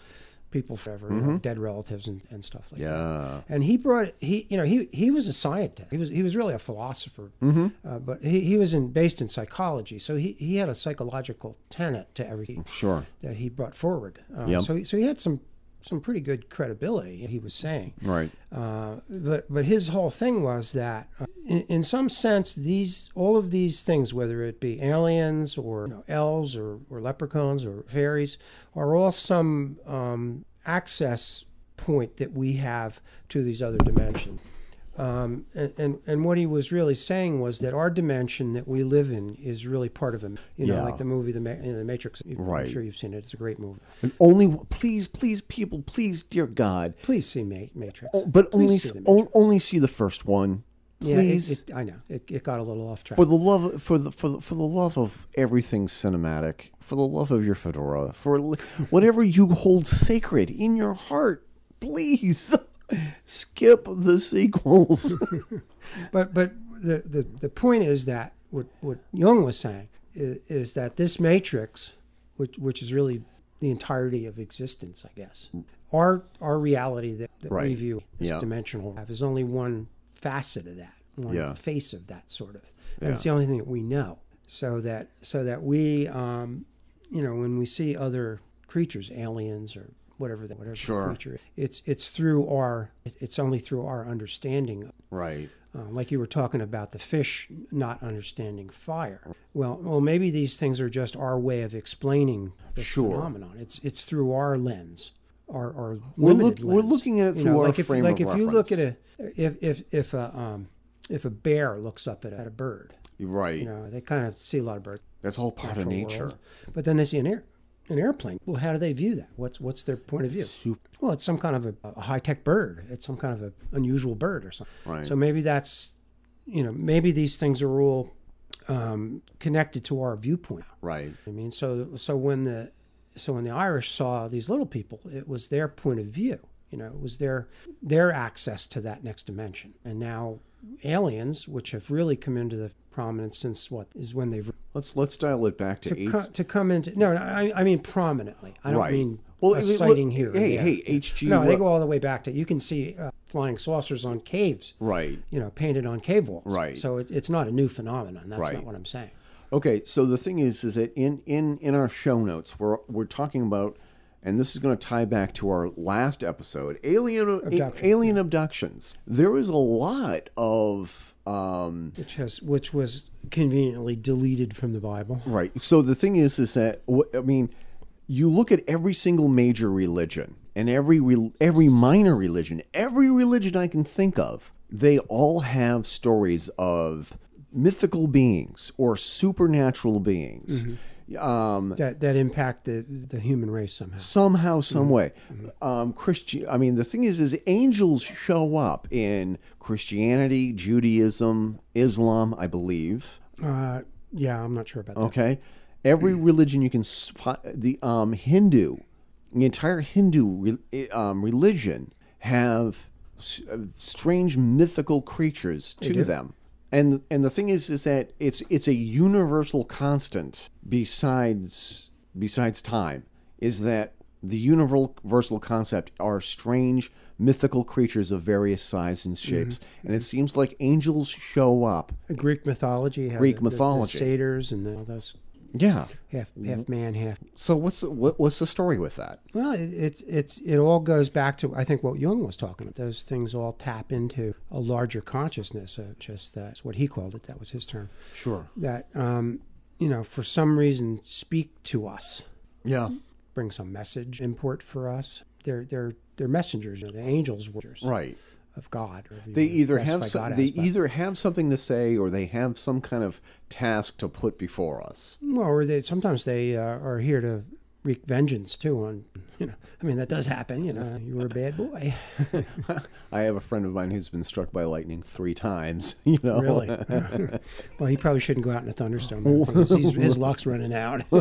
people forever you know, dead relatives and, and stuff like that yeah. and he brought he you know he he was a scientist he was he was really a philosopher Mm-hmm. uh, but he, he was in based in psychology so he, he had a psychological tenet to everything Sure. that he brought forward um, Yep. so he, so he had some some pretty good credibility he was saying Right. uh, but but his whole thing was that uh, in, in some sense these all of these things whether it be aliens or you know, elves or, or leprechauns or fairies are all some um, access point that we have to these other dimensions um, and, and and what he was really saying was that our dimension that we live in is really part of him you know Yeah. like the movie the, Ma- you know, the matrix Right. i'm sure you've seen it it's a great movie And only please, please, people, please, dear God, please see Ma- matrix Oh, but Please only see s- the on- only see the first one, Yeah, it- please. it- I know it, it got a little off track. for the love for the for the, for the love of everything cinematic, for the love of your fedora, for l- whatever you hold sacred in your heart, please skip the sequels. but but the, the, the point is that what, what Jung was saying is, is that this matrix, which which is really the entirety of existence, I guess, our our reality that, that we Right. view this Yeah. dimensional have is only one facet of that, one Yeah. face of that sort of, and Yeah. it's the only thing that we know. So that so that we, um, you know, when we see other creatures, aliens or whatever the whatever Sure. creature, it's it's through our it- it's only through our understanding right. uh, like you were talking about the fish not understanding fire. Well, well, maybe these things are just our way of explaining the Sure. phenomenon. It's it's through our lens, our, our look- limited lens. we're looking at it You through our like if, frame Like of if you look at a reference. if if if a um, if a bear looks up at, at a bird, Right. you know, they kind of see a lot of birds. That's all part of natural nature. world. But then they see an air, an airplane. Well, how do they view that? What's what's their point of view? Well, it's some kind of a, a high tech bird. It's some kind of an unusual bird or something. Right. So maybe that's, you know, maybe these things are all um, connected to our viewpoint. Right. I mean, so so when the so when the Irish saw these little people, it was their point of view. You know, it was their their access to that next dimension. And now aliens, which have really come into the prominence since what is when they've Let's let's dial it back to, to, eight. co- to come into no, no I, I mean prominently. I don't Right. mean Well, well, I a mean, look, sighting here. or hey, there. hey, HG, No, they what- go all the way back to you can see uh, flying saucers on caves, Right. you know, painted on cave walls. Right. So it, it's not a new phenomenon. That's Right. not what I'm saying. Okay, so the thing is, is that in in in our show notes, we're we're talking about And this is going to tie back to our last episode, alien Abduction. alien abductions. There was a lot of um, which has which was conveniently deleted from the Bible. Right. So the thing is, is that wh- I mean, you look at every single major religion and every re- every minor religion, every religion I can think of, they all have stories of mythical beings or supernatural beings. Um, That that impact the the human race somehow. somehow some way um christian i mean the thing is is angels show up in christianity judaism islam i believe Uh, yeah, I'm not sure about that. Okay, every religion you can spot the um, Hindu, the entire Hindu re, eh, um, religion have s- uh, strange mythical creatures to them, and and the thing is is that it's it's a universal constant besides besides time is that the universal concept are strange mythical creatures of various sizes and shapes and it seems like angels show up Greek mythology, had Oh. Greek the- the- mythology. Mm-hmm. the satyrs, and all those yeah half half man, half. So what's the, what, what's the story with that? Well, it, it's it's it all goes back to I think what Jung was talking about. Those things all tap into a larger consciousness. Uh, just that's what he called it. That was his term. Sure. That um, you know, for some reason, speak to us. Yeah. bring some message import for us. They're they're they're messengers, you know, the angels were messengers Right. of God. or They even either blessed have by some, God they e-, as, but- either have something to say or they have some kind of task to put before us. well, or they sometimes they uh, are here to wreak vengeance too. On you know, I mean that does happen. You know, you were a bad boy. I have a friend of mine who's been struck by lightning three times. You know. Really? well, he probably shouldn't go out in a thunderstorm. I think. He's, his luck's running out.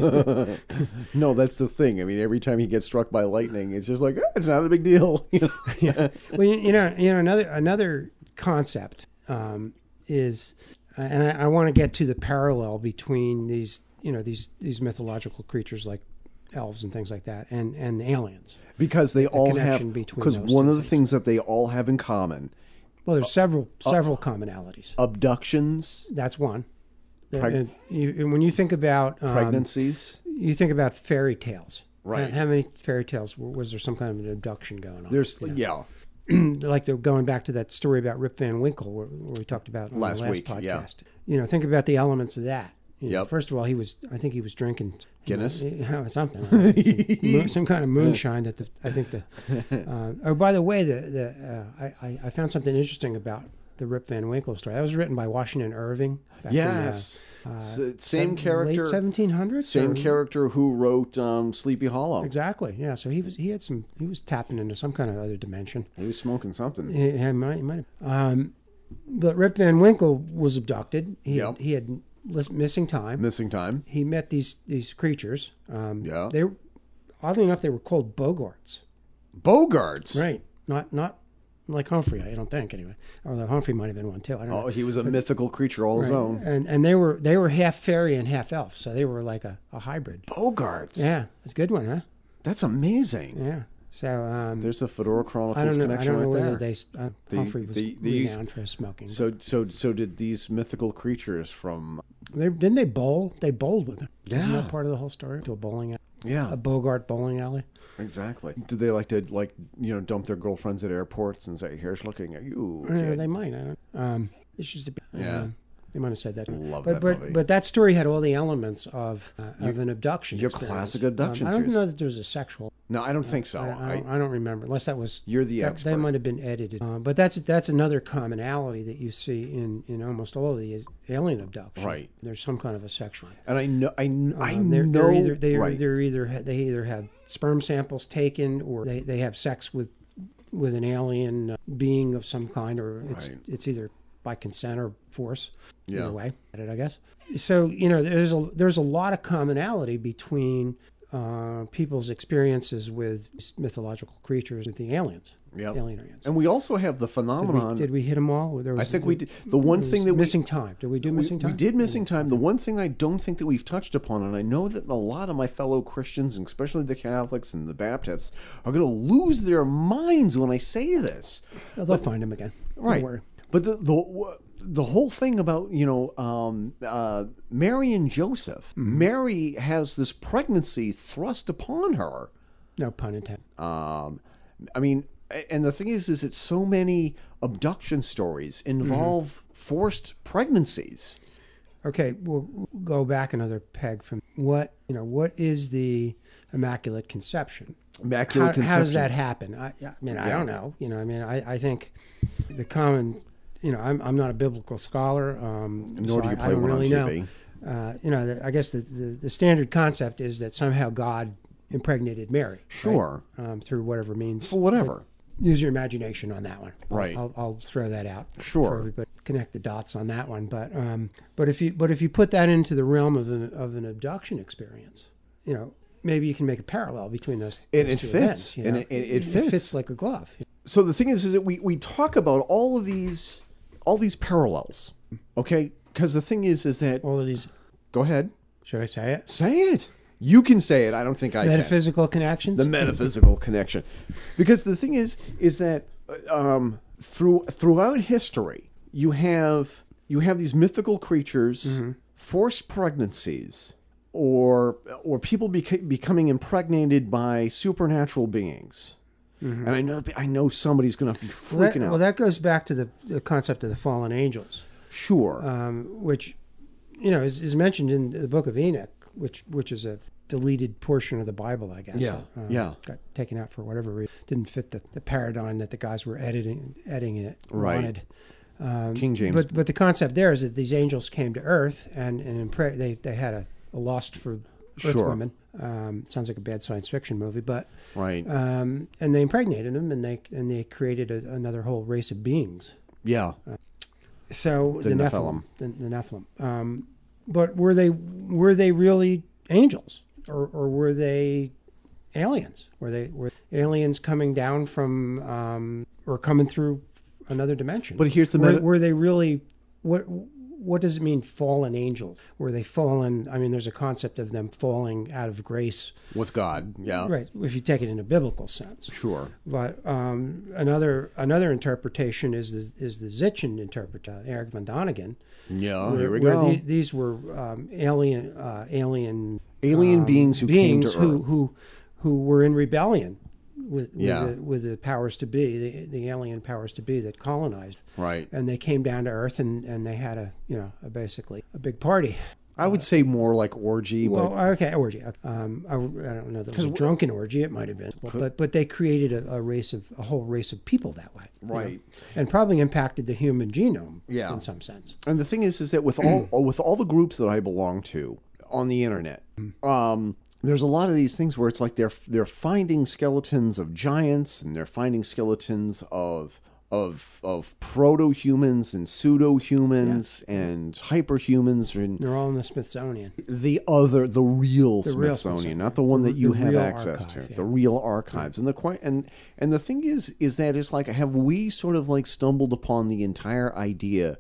No, that's the thing. I mean, every time he gets struck by lightning, it's just like "Ah, it's not a big deal. You know? well, you, you know, you know another another concept um, is, uh, and I, I want to get to the parallel between these, you know, these these mythological creatures like elves and things like that, and and the aliens. because they all connection have between because those one two of the things that they all have in common Well, Uh, there's several several commonalities. abductions, That's one. Uh, Preg- and, you, and when you think about um, pregnancies. you think about fairy tales. Right. How, how many fairy tales were- was there? Some kind of an abduction going on. There's yeah. like the, going back to that story about Rip Van Winkle, where, where we talked about on Last the last week, podcast. yeah. You know, think about the elements of that. You know, Yep. First of all, he was, I think he was drinking Guinness? uh, uh, something, some, moon- some kind of moonshine. That the, I think the. Uh, oh, by the way, the the uh, I- I I found something interesting about the Rip Van Winkle story. That was written by Washington Irving. back in, uh, Yes. S- same seven- character. Late seventeen hundreds. Same character who wrote um, Sleepy Hollow. Exactly. Yeah. So he was he had some he was tapping into some kind of other dimension. He was smoking something. He, he might, he might have. Um, but Rip Van Winkle was abducted. He Yep. he had lis- missing time. Missing time. He met these these creatures. Um, Yeah. They oddly enough they were called Bogarts. Bogarts. Right. Not not like Humphrey. I don't think anyway. Although Humphrey might have been one too. I don't Oh, know. he was a mythical creature all his own. And and they were they were half fairy and half elf, so they were like a, a hybrid. Bogarts. Yeah, it's a good one, huh? That's amazing. Yeah. So um, There's a Fedora Chronicles I don't know. I connection don't know right whether there. they uh, Humphrey was they- they used- renowned for smoking. So, so, so did these mythical creatures from? They, didn't they bowl? They bowled with him. Isn't Yeah. that part of the whole story? To a bowling alley, Yeah, a Bogart bowling alley. exactly. Did they like to like you know dump their girlfriends at airports and say, "Here's looking at you"? Yeah, kid." they might. I don't. Um, it's just. A, Yeah. um, they might have said that. Love but, that but, movie. But that story had all the elements of uh, of an abduction. your experience. classic abduction Um, I don't series. know that there was a sexual. no, I don't think so. I, I, I, don't, I don't remember unless that was. you're the that, they expert. might have been edited. Uh, but that's that's another commonality that you see in in almost all of the alien abductions. Right. There's some kind of a sexual. and I know, I, kn- I Um, they're, know. they're either they right. either either ha- they either have sperm samples taken or they, they have sex with with an alien uh, being of some kind or it's Right. it's either by consent or force Yeah. either way at it, I guess so you know there's a there's a lot of commonality between uh, people's experiences with mythological creatures with the aliens Yep. alien aliens and we also have the Did we- phenomenon. did we hit them all there I was, think we did the one there thing was that we missing time did we do missing time We did missing time. The one thing I don't think that we've touched upon, and I know that a lot of my fellow Christians, and especially the Catholics and the Baptists, are going to lose their minds when I say this. Oh, they'll find them again Don't Right. worry. But the the the whole thing about you know um, uh, Mm-hmm. Mary and Joseph. Mary has this pregnancy thrust upon her No pun intended. Um, I mean, a- and the thing is, is that so many abduction stories involve Mm-hmm. forced pregnancies. Okay, we'll we'll go back another peg from what you know. What is the immaculate conception? Immaculate How, conception. how does that happen? I, I mean, I don't know. You know, I mean, I, I think the common, you know, I'm, I'm not a biblical scholar. Um, Nor do so you I- I play don't one on really know. TV. Uh, you know, the, I guess the, the, the standard concept is that somehow God impregnated Mary. right? Sure. Um, through whatever means. For whatever. use your imagination on that one. I'll- Right. I'll, I'll throw that out. Sure. For everybody, connect the dots on that one. But um, but if you but if you put that into the realm of an of an abduction experience, you know, maybe you can make a parallel between those. And those it two fits. events, you And know? it- it- it fits. like a glove. so the thing is is that we, we talk about all of these all these parallels okay because the thing is is that All of these. go ahead Should I say it? say it you can say it i don't think i can Metaphysical connections. the metaphysical connection because the thing is is that um, through throughout history you have you have these mythical creatures forced pregnancies or or people beca- becoming impregnated by supernatural beings and i know i know somebody's gonna be freaking That- out well, that goes back to the, the concept of the fallen angels. Sure. um, which you know is, is mentioned in the book of Enoch, which which is a deleted portion of the Bible, I guess. Yeah, Um, yeah. Got taken out for whatever reason. Didn't fit the, the paradigm that the guys were editing editing it Right. wanted. King James. um, But but the concept there is that these angels came to Earth and and impre- they they had a, a lust for Earth Sure. women. Um, sounds like a bad science fiction movie, but right. um, and they impregnated them and they and they created a, another whole race of beings. yeah. uh, So the, Nephilim. Nephilim, the, the Nephilim. Um, but were they were they really angels, or, or were they aliens? Were they were aliens coming down from um, or coming through another dimension? But here's the were, meta- were they really what? What does it mean, fallen angels? Were they fallen? I mean, there's a concept of them falling out of grace, With God. Yeah. right? If you take it in a biblical sense, Sure. but um, another another interpretation is the, is the Zitchen interpretation, Eric von Donigan. Yeah. where- here we where go. the- these were um, alien uh, alien Alien beings who um, came beings to who, Earth. who who were in rebellion with Yeah. with, the, with the powers to be, the, the alien powers to be that colonized, right. and they came down to Earth and, and they had a you know a, basically a big party. I would say more like orgy, but Well, okay, orgy. Um, I, I don't know. That was a drunken orgy. It might have been, but but they created a, a race of a whole race of people that way, you know? Right. And probably impacted the human genome, Yeah. in some sense. and the thing is, is that with all with all the groups that I belong to on the internet, um, there's a lot of these things where it's like they're they're finding skeletons of giants and they're finding skeletons of of of proto humans and pseudo humans and hyperhumans and They're all in the Smithsonian. the other, the real Smithsonian, real Smithsonian. not the one that you the have real access archive, to, yeah. the real archives. And the que- and and the thing is, is that it's like have we sort of like stumbled upon the entire idea,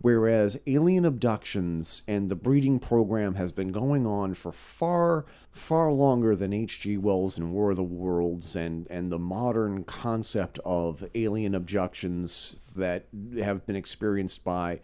whereas alien abductions and the breeding program has been going on for far far longer than H.G. Wells and War of the Worlds and and the modern concept of alien abductions that have been experienced by.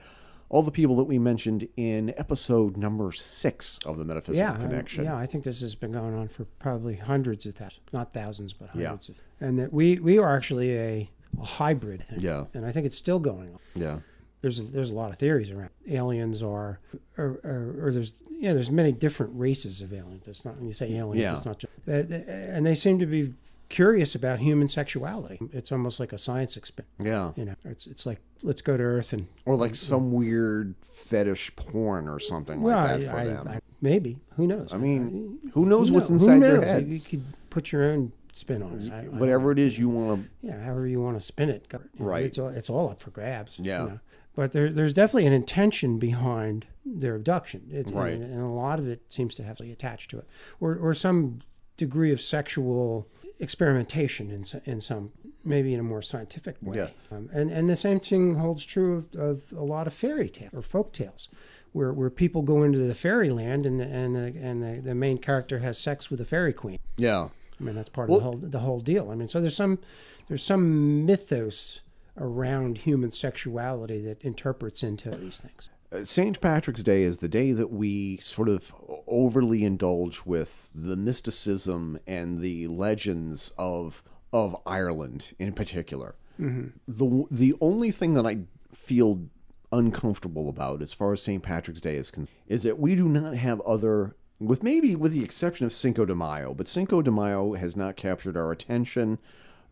All the people that we mentioned in episode number six of the Metaphysical Yeah, I- connection. yeah. I think this has been going on for probably hundreds of thousands, not thousands, but Yeah. hundreds. Of, and that we we are actually a, a hybrid thing. Yeah. And I think it's still going on. Yeah. there's a, there's a lot of theories around aliens are or, or, or there's yeah there's many different races of aliens it's not when you say aliens Yeah. it's not just uh, th- and they seem to be curious about human sexuality it's almost like a science experiment Yeah. you know it's it's like let's go to earth and Or like some weird fetish porn or something well like that for I, them. I, maybe who knows I mean, who knows what's Who inside their knows? You- heads? you could put your own spin on it I- I don't Whatever it is you want to. yeah, however you want to spin it. You know, Right. It's all, it's all up for grabs. you Yeah. know. But there, there's definitely an intention behind their abduction. It's, Right. And, and a lot of it seems to have to be attached to it or, or some degree of sexual experimentation in, so- in some, maybe in a more scientific way. Yeah. Um, and, and the same thing holds true of, of a lot of fairy tales or folk tales. Where, where people go into the fairyland and and the, and the, the main character has sex with the fairy queen. Yeah. I mean, that's part of the whole the whole deal. I mean, so there's some there's some mythos around human sexuality that interprets into these things. uh, St. Patrick's Day is the day that we sort of overly indulge with the mysticism and the legends of of Ireland in particular. Mm-hmm. The the only thing that I feel uncomfortable about as far as St. Patrick's Day is concerned is that we do not have other with maybe with the exception of Cinco de Mayo, but Cinco de Mayo has not captured our attention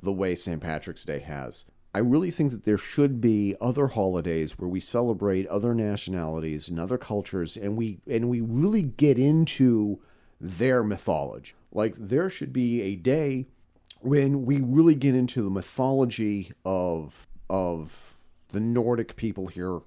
the way St. Patrick's Day has. I really think that there should be other holidays where we celebrate other nationalities and other cultures and we and we really get into their mythology. Like there should be a day when we really get into the mythology of of the Nordic people here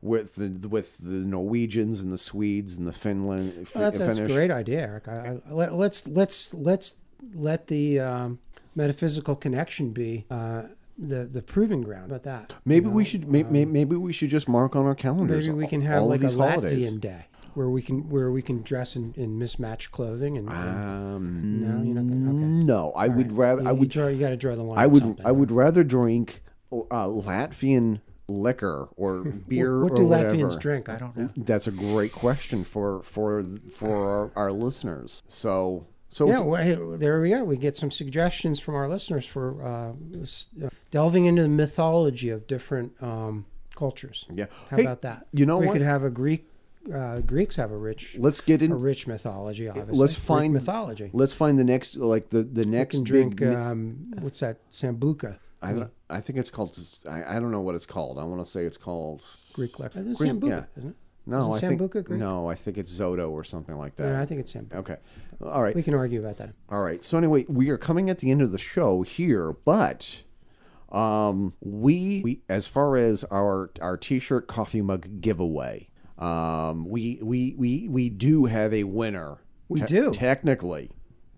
with the with the Norwegians and the Swedes and the Finland Well, that's, that's a Finnish. great idea, Eric. I, I, let, let's let's let's let the um, metaphysical connection be uh, the the proving ground about that. Maybe we should may, may- maybe we should just mark on our calendars. um, Maybe we can all have of like a these holidays. Latvian day where we can where we can dress in, in mismatched clothing and, and Um, no, you're not gonna. Okay. no, I would rather You, I you would draw. You got to draw the line. I at would something. I would rather drink uh, Latvian liquor or beer What or do whatever. Latvians drink? I don't know. That's a great question for for for our, our listeners. So so Yeah, well, hey, there we go. We get some suggestions from our listeners for uh, s- uh, delving into the mythology of different um, cultures. yeah. How Hey, about that? You know we what? could have a Greek. Uh, Greeks have a rich, Let's get a in. rich mythology. Obviously, Let's Greek find mythology. Let's find the next like the the next can big drink. mi- Um, what's that? Sambuca. I don't. I think it's called. I, I don't know what it's called. I want to say it's called. Greek liquor. It's Greek- Sambuca, yeah. isn't it? No, Is it I think Sambuca Greek? no. I think it's Zoto or something like No, that. Uh, I think it's Sambuca. okay. All right. We can argue about that. All right. So anyway, we are coming at the end of the show here, but um, we, we as far as our our t-shirt coffee mug giveaway, um, we we we we do have a winner. We do. technically,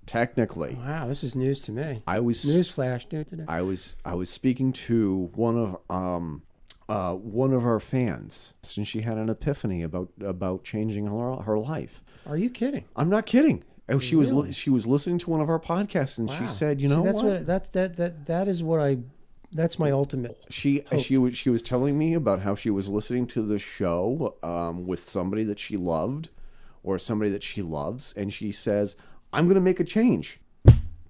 technically. Wow, this is news to me. I was News flash. dude, today. I was I was speaking to one of um uh one of our fans since she had an epiphany about about changing her her life. Are you kidding? I'm not kidding. Oh, She was li- she was listening to one of our podcasts and she Wow. said, you See, know that's what? what? that's that that that is what I. That's my ultimate. she Oh. she was she was telling me about how she was listening to the show um, with somebody that she loved or somebody that she loves and she says i'm going to make a change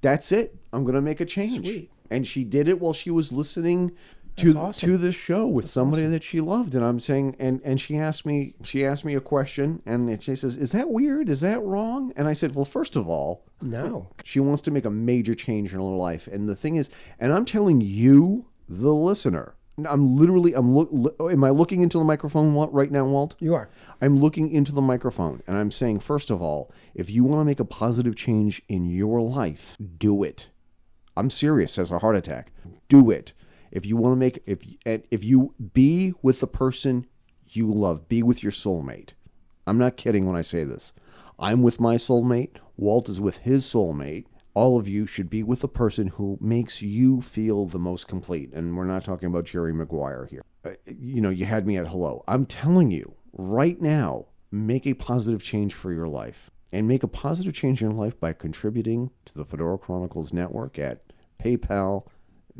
that's it i'm going to make a change Sweet. and she did it while she was listening That's to awesome. to the show with somebody that she loved and i'm saying and and she asked me she asked me a question and she says is that weird is that wrong and i said well first of all No. she wants to make a major change in her life. And the thing is, and I'm telling you, the listener, and I'm literally, I'm look, li- am I looking into the microphone Walt, right now, Walt? You are. I'm looking into the microphone and I'm saying, first of all, if you want to make a positive change in your life, do it. I'm serious as a heart attack. Do it. If you want to make if and if you be with the person you love, be with your soulmate. I'm not kidding when I say this. I'm with my soulmate, Walt is with his soulmate. All of you should be with the person who makes you feel the most complete. And we're not talking about Jerry Maguire here. Uh, You know, you had me at hello. I'm telling you right now, make a positive change for your life and make a positive change in your life by contributing to the Fedora Chronicles network at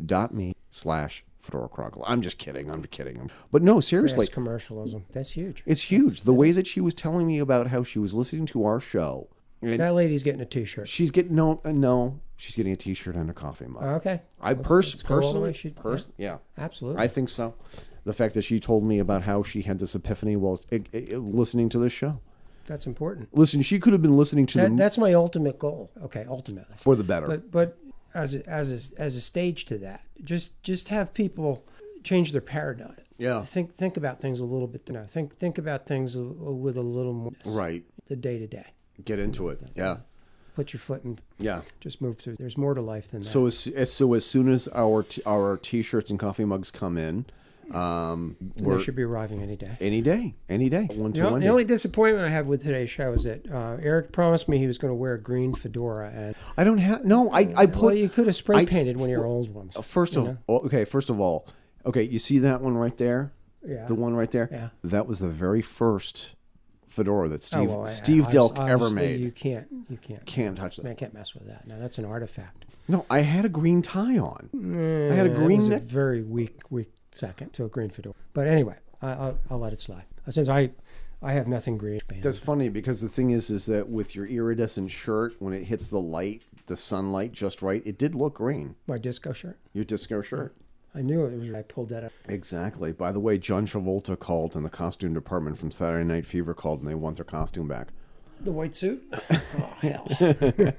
paypal.me slash Fedora Chronicle. I'm just kidding. I'm kidding. But no, seriously, That's commercialism. That's huge. it's huge. The way that she was telling me about how she was listening to our show, and That lady's getting a T-shirt. she's getting no, uh, no, she's getting a T-shirt and a coffee mug. Ah, Okay. I Let's- pers- let's go all the way. personally, She- pers- yeah. Absolutely. I think so. The fact that she told me about how she had this epiphany while i i- listening to this show. that's important. Listen, she could have been listening to That, them that's my ultimate goal. Okay, ultimately. for the better. But but as a, as a, as a stage to that, just just have people change their paradigm. Yeah. Think think about things a little bit. You know, think think about things a- with a little more. Right. The day to day. Get into it. Yeah. Put your foot and Yeah. just move through. There's more to life than that. So as, as so as soon as our t- our t-shirts and coffee mugs come in, um, And they we're should be arriving any day. any day, any day, one to The, one. the day. only disappointment I have with today's show is that uh, Eric promised me he was going to wear a green fedora, and I don't have no. I I put well, you could have spray I- painted one of your old ones. first of all, okay. First of all, okay. You see that one right there? Yeah. The one right there. Yeah. That was the very first fedora that Oh, Steve well, I- Steve I- Delk obviously ever made. You can't, you can't, Can't touch that. I can't mess with that. No, that's an artifact. No, I had a green tie on. I had a That was green a neck. very weak, weak second to a green fedora. But anyway, I, I'll, I'll let it slide. Uh, since I, I have nothing green. band. That's funny because the thing is, is that with your iridescent shirt, when it hits the light, the sunlight just right, it did look green. my disco shirt. Your disco shirt. I knew it was. I pulled that up. Exactly. By the way, John Travolta called and the costume department from Saturday Night Fever called and they want their costume back. The white suit. Oh hell!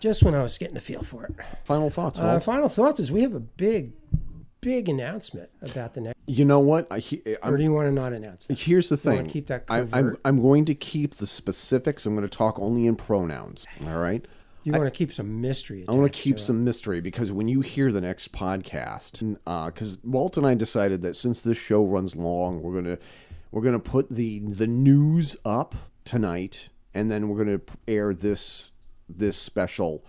Just when I was getting a feel for it. Final thoughts, Uh, Walt? final thoughts is we have a big, big announcement about the next. you know what? I, he, I'm Or do you want to not announce it? Here's the wanna thing. keep that I, I'm, covert. I'm going to keep the specifics. I'm going to talk only in pronouns. All right. You want to keep some mystery. I want to keep some mystery because when you hear the next podcast, because Walt and I decided that since this show runs long, we're gonna we're gonna put the the news up tonight, and then we're gonna air this this special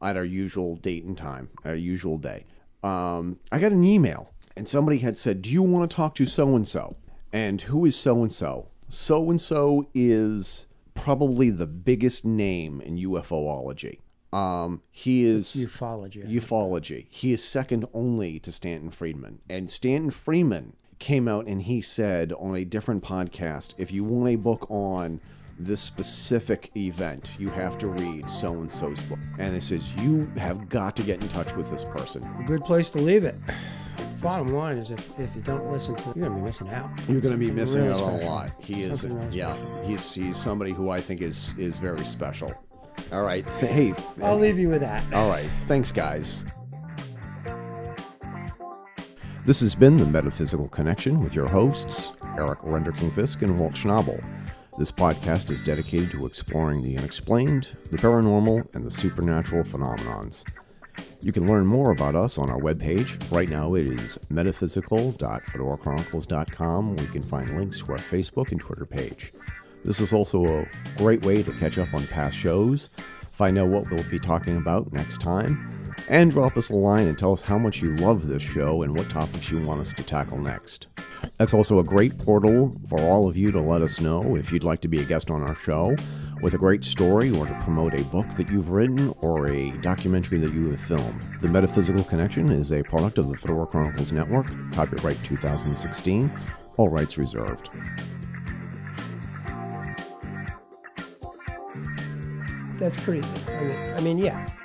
at our usual date and time, our usual day. Um, I got an email, and somebody had said, "Do you want to talk to so and so?" And who is so and so? So and so is probably the biggest name in UFOlogy. Um, he is ufology. ufology. He is second only to Stanton Friedman. And Stanton Friedman came out and he said on a different podcast if you want a book on this specific event, you have to read so and so's book. And it says, You have got to get in touch with this person. a good place to leave it. Bottom line is, if, if you don't listen to, you're gonna be missing out. You're going to be Something missing out really on a special. lot. He is, Something really yeah, he's, he's somebody who I think is, is very special. All right. Th- hey, th- I'll leave you with that. All right. Thanks, guys. This has been the Metaphysical Connection with your hosts, Eric Renderking Fisk and Walt Schnabel. This podcast is dedicated to exploring the unexplained, the paranormal, and the supernatural phenomenons. You can learn more about us on our webpage. Right now it is metaphysical.fedorachronicles.com where you can find links to our Facebook and Twitter page. This is also a great way to catch up on past shows, find out what we'll be talking about next time, and drop us a line and tell us how much you love this show and what topics you want us to tackle next. That's also a great portal for all of you to let us know if you'd like to be a guest on our show with a great story or to promote a book that you've written or a documentary that you have filmed. The Metaphysical Connection is a product of the Fedora Chronicles Network, copyright 2016, all rights reserved. That's pretty. I mean, I mean yeah.